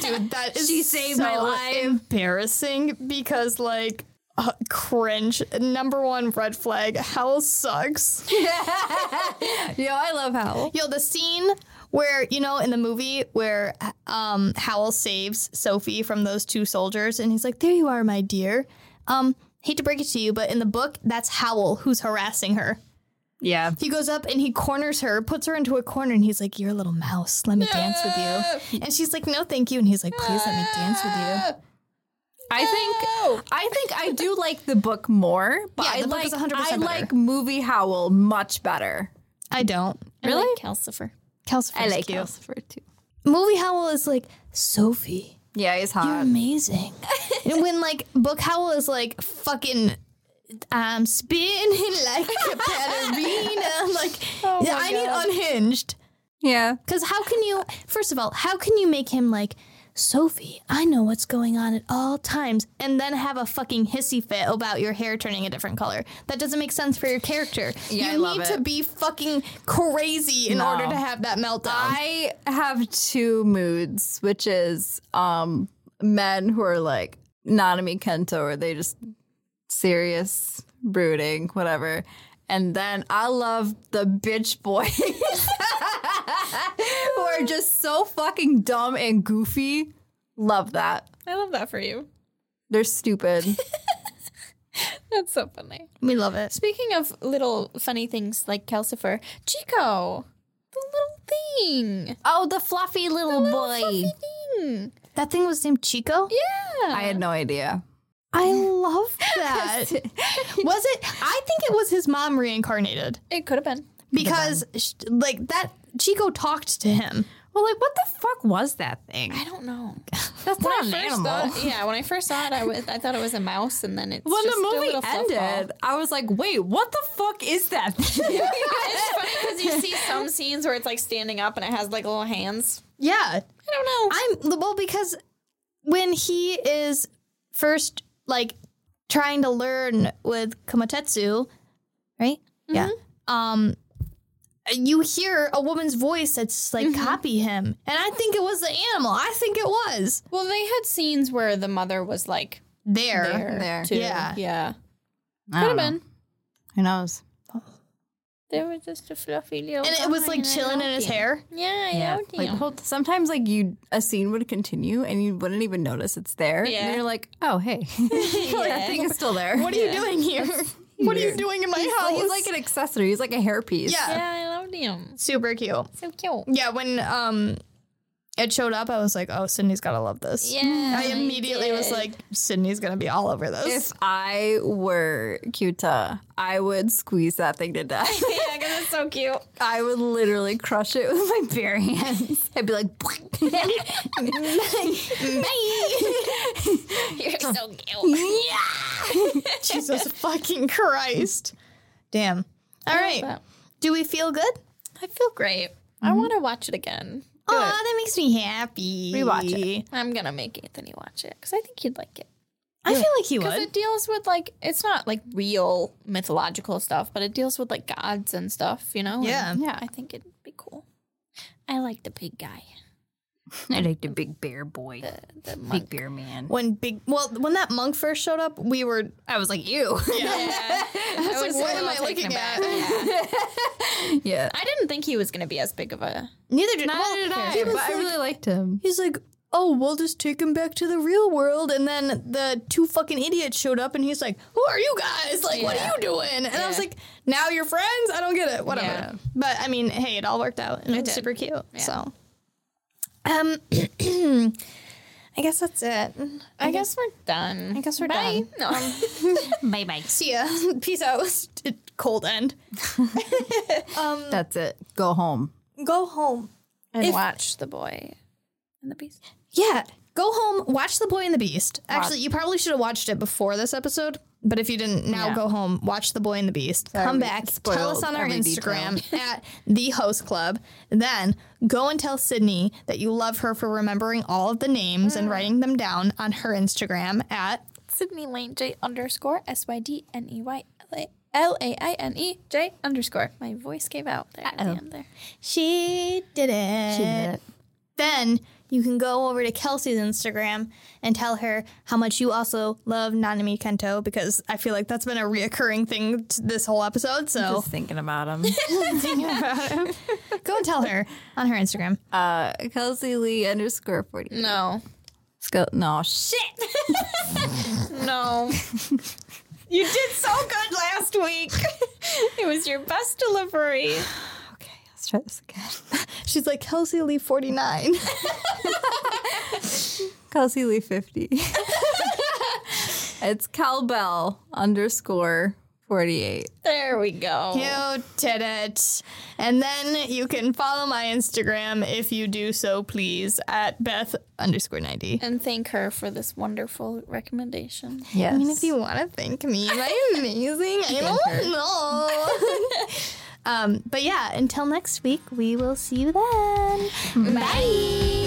Speaker 3: Dude, that
Speaker 2: <laughs>
Speaker 3: is
Speaker 2: She saved
Speaker 3: so
Speaker 2: my life.
Speaker 3: Embarrassing because like uh, cringe. Number one red flag.
Speaker 2: <laughs>
Speaker 3: Hell sucks.
Speaker 2: Yo, I love Howl.
Speaker 3: Yo, the scene where you know in the movie where um Howell saves Sophie from those two soldiers, and he's like, "There you are, my dear." Um, hate to break it to you, but in the book, that's Howell who's harassing her.
Speaker 2: Yeah.
Speaker 3: He goes up and he corners her, puts her into a corner, and he's like, "You're a little mouse. Let me dance with you." And she's like, "No, thank you." And he's like, "Please let me dance with you."
Speaker 2: I think I think I do like the book more, but
Speaker 3: Yeah,
Speaker 2: I
Speaker 3: the book
Speaker 2: like
Speaker 3: is 100%
Speaker 2: I
Speaker 3: better.
Speaker 2: like movie Howl much better.
Speaker 3: I don't.
Speaker 1: Really? Like Calcifer.
Speaker 3: Calcifer's
Speaker 2: I like
Speaker 3: cute.
Speaker 2: Calcifer too.
Speaker 3: Movie Howl is like Sophie.
Speaker 2: Yeah, he's
Speaker 3: You're
Speaker 2: hot.
Speaker 3: amazing. and when like Book Howl is like fucking I'm spinning <laughs> like a ballerina. Like yeah, I need unhinged.
Speaker 2: Yeah.
Speaker 3: Cause how can you first of all, how can you make him like Sophie, I know what's going on at all times, and then have a fucking hissy fit about your hair turning a different color. That doesn't make sense for your character.
Speaker 2: Yeah,
Speaker 3: you
Speaker 2: I love
Speaker 3: need to
Speaker 2: it.
Speaker 3: be fucking crazy in
Speaker 2: No.
Speaker 3: order to have that meltdown.
Speaker 2: I have two moods, which is um men who are like Nanami Kento, or they just serious, brooding, whatever. And then I love the bitch boys <laughs> who are just so fucking dumb and goofy. Love that.
Speaker 1: I love that for you.
Speaker 2: They're stupid.
Speaker 1: That's so funny.
Speaker 3: we love it.
Speaker 1: Speaking of little funny things like Calcifer, Chico, the little thing.
Speaker 2: <laughs> oh, the fluffy little boy.
Speaker 1: Thing.
Speaker 3: That thing was named Chico?
Speaker 1: Yeah.
Speaker 2: I had no idea. <laughs>
Speaker 3: I love that. was it? I think it was his mom reincarnated
Speaker 1: it could have been.
Speaker 3: because, sh like, that Chico talked to him.
Speaker 2: Well, like, what the fuck was that thing?
Speaker 1: I don't know.
Speaker 2: That's
Speaker 1: When I
Speaker 2: not an
Speaker 1: first
Speaker 2: animal.
Speaker 1: thought, yeah, when I first saw it, I was I thought it was a mouse, and then it's
Speaker 2: when
Speaker 1: just
Speaker 2: the
Speaker 1: a
Speaker 2: movie
Speaker 1: little fluff ball.
Speaker 2: ended, I was like, "Wait, what the fuck is that?" <laughs> thing?"
Speaker 1: <laughs> it's funny because you see some scenes where it's like standing up and it has like little hands.
Speaker 3: Yeah.
Speaker 1: I don't know.
Speaker 3: I'm, well, because when he is first, like, trying to learn with Komatetsu, right? Yeah. Um, you hear a woman's voice that's like, copy him. And I think it was the animal. I think it was.
Speaker 1: well, they had scenes where the mother was like
Speaker 3: There.
Speaker 1: there,
Speaker 2: there.
Speaker 1: too.
Speaker 3: Yeah.
Speaker 1: yeah.
Speaker 2: I
Speaker 1: Could
Speaker 2: don't
Speaker 1: have
Speaker 2: know.
Speaker 1: been.
Speaker 2: Who knows?
Speaker 1: They were just a fluffy little.
Speaker 3: And it was like chilling in his <laughs> hair.
Speaker 1: Yeah, yeah.
Speaker 2: Yeah. Like,
Speaker 1: damn.
Speaker 2: hold- sometimes, like you, a scene would continue and you wouldn't even notice it's there.
Speaker 1: Yeah.
Speaker 2: And you're like, "Oh, <laughs> hey, Like, that thing is still there."
Speaker 3: What are you doing here? <laughs> What are you doing in my
Speaker 2: <laughs>
Speaker 3: house?
Speaker 2: He's like an accessory. He's like a hairpiece.
Speaker 3: Yeah.
Speaker 1: yeah, I loved him.
Speaker 3: super cute.
Speaker 1: So cute.
Speaker 3: <laughs> Yeah, when um it showed up, I was like, oh, Sydney's gotta love this.
Speaker 1: Yeah,
Speaker 3: I immediately was
Speaker 1: did.
Speaker 3: like, Sydney's gonna be all over this.
Speaker 2: If I were Cuta, I would squeeze that thing to <laughs> death.
Speaker 1: yeah, because it's so cute.
Speaker 2: I would literally crush it with my bare hands. I'd be like, <laughs>
Speaker 1: <laughs> You're so cute. <laughs>
Speaker 3: Jesus fucking Christ. Damn. All right.
Speaker 1: that.
Speaker 3: Do we feel good?
Speaker 1: I feel great. I
Speaker 3: Mm-hmm.
Speaker 1: want to watch it again.
Speaker 3: Oh, that makes me happy.
Speaker 2: Rewatch
Speaker 3: it.
Speaker 1: I'm gonna make Anthony watch it because I think he'd like it.
Speaker 3: I feel like he
Speaker 1: Because
Speaker 3: would.
Speaker 1: it deals with like it's not like real mythological stuff, but it deals with like gods and stuff, you know.
Speaker 3: Yeah.
Speaker 1: And I think it'd be cool. I like the big guy,
Speaker 2: I like the big bear boy,
Speaker 1: the, the
Speaker 2: big
Speaker 1: monk.
Speaker 2: bear man.
Speaker 3: when big well, when that monk first showed up, we were
Speaker 2: I was like, <laughs> you.
Speaker 1: Yeah. <laughs> I was
Speaker 3: like, what
Speaker 1: a
Speaker 3: am I
Speaker 1: little
Speaker 3: looking
Speaker 1: taken
Speaker 3: at?
Speaker 1: aback. Yeah.
Speaker 2: Yeah.
Speaker 1: I didn't think he was gonna be as big of a.
Speaker 3: neither did, well, he was
Speaker 2: but I
Speaker 3: like-
Speaker 2: really liked him.
Speaker 3: He's like, oh, we'll just take him back to the real world. And then the two fucking idiots showed up and he's like, who are you guys? Like, what are
Speaker 1: Yeah.
Speaker 3: you doing? And I was
Speaker 1: Yeah.
Speaker 3: like, now you're friends? I don't get it. Whatever.
Speaker 1: Yeah.
Speaker 3: But I mean, hey, it all worked out and it, was
Speaker 1: did.
Speaker 3: super cute. So, um, <clears throat> I guess that's it.
Speaker 1: I guess we're done. I
Speaker 3: guess we're
Speaker 1: Bye. <laughs> No.
Speaker 2: Bye bye.
Speaker 3: See ya. <laughs> Peace out. Cold end.
Speaker 2: That's it. Go home.
Speaker 3: Go home.
Speaker 1: and
Speaker 3: If-
Speaker 1: watch the boy and the beast.
Speaker 3: Yeah. Go home, watch The Boy and the Beast. Actually, you probably should have watched it before this episode. But if you didn't, now
Speaker 2: Yeah.
Speaker 3: go home, watch The Boy and the Beast,
Speaker 2: Sorry,
Speaker 3: come
Speaker 2: we
Speaker 3: back, tell
Speaker 2: spoiled
Speaker 3: us on our
Speaker 2: every detail.
Speaker 3: Instagram
Speaker 2: <laughs>
Speaker 3: at The Host Club. Then go and tell Sydney that you love her for remembering all of the names
Speaker 2: Mm.
Speaker 3: and writing them down on her Instagram at
Speaker 1: Sydney Lane J underscore S Y D N E Y L A L A I N E J underscore. My voice gave out there at the
Speaker 2: Uh-oh.
Speaker 1: end there.
Speaker 3: She Did It. Then you can go over to Kelsey's Instagram and tell her how much you also love Nanami Kento because I feel like that's been a reoccurring thing t- this whole episode. So
Speaker 2: Just thinking about <laughs> him.
Speaker 3: go and tell her <laughs> on her Instagram.
Speaker 2: uh, Kelsey Lee underscore 40.
Speaker 1: No,
Speaker 2: Let's go. No, shit.
Speaker 1: <laughs> no.
Speaker 3: You did so good last week.
Speaker 1: <laughs> it was your best delivery.
Speaker 2: Okay, let's try this again. <laughs>
Speaker 3: She's like Kelsey Lee <laughs> 49.
Speaker 2: Kelsey Lee <laughs> 50. it's Calbell underscore 48.
Speaker 1: There we go.
Speaker 3: You did it. And then you can follow my Instagram if you do so, please, at Beth underscore 90.
Speaker 1: And thank her for this wonderful recommendation.
Speaker 2: Yes.
Speaker 3: I mean, if you want to thank me, am I amazing? I don't know. um, but yeah, until next week, we will see you then. Bye.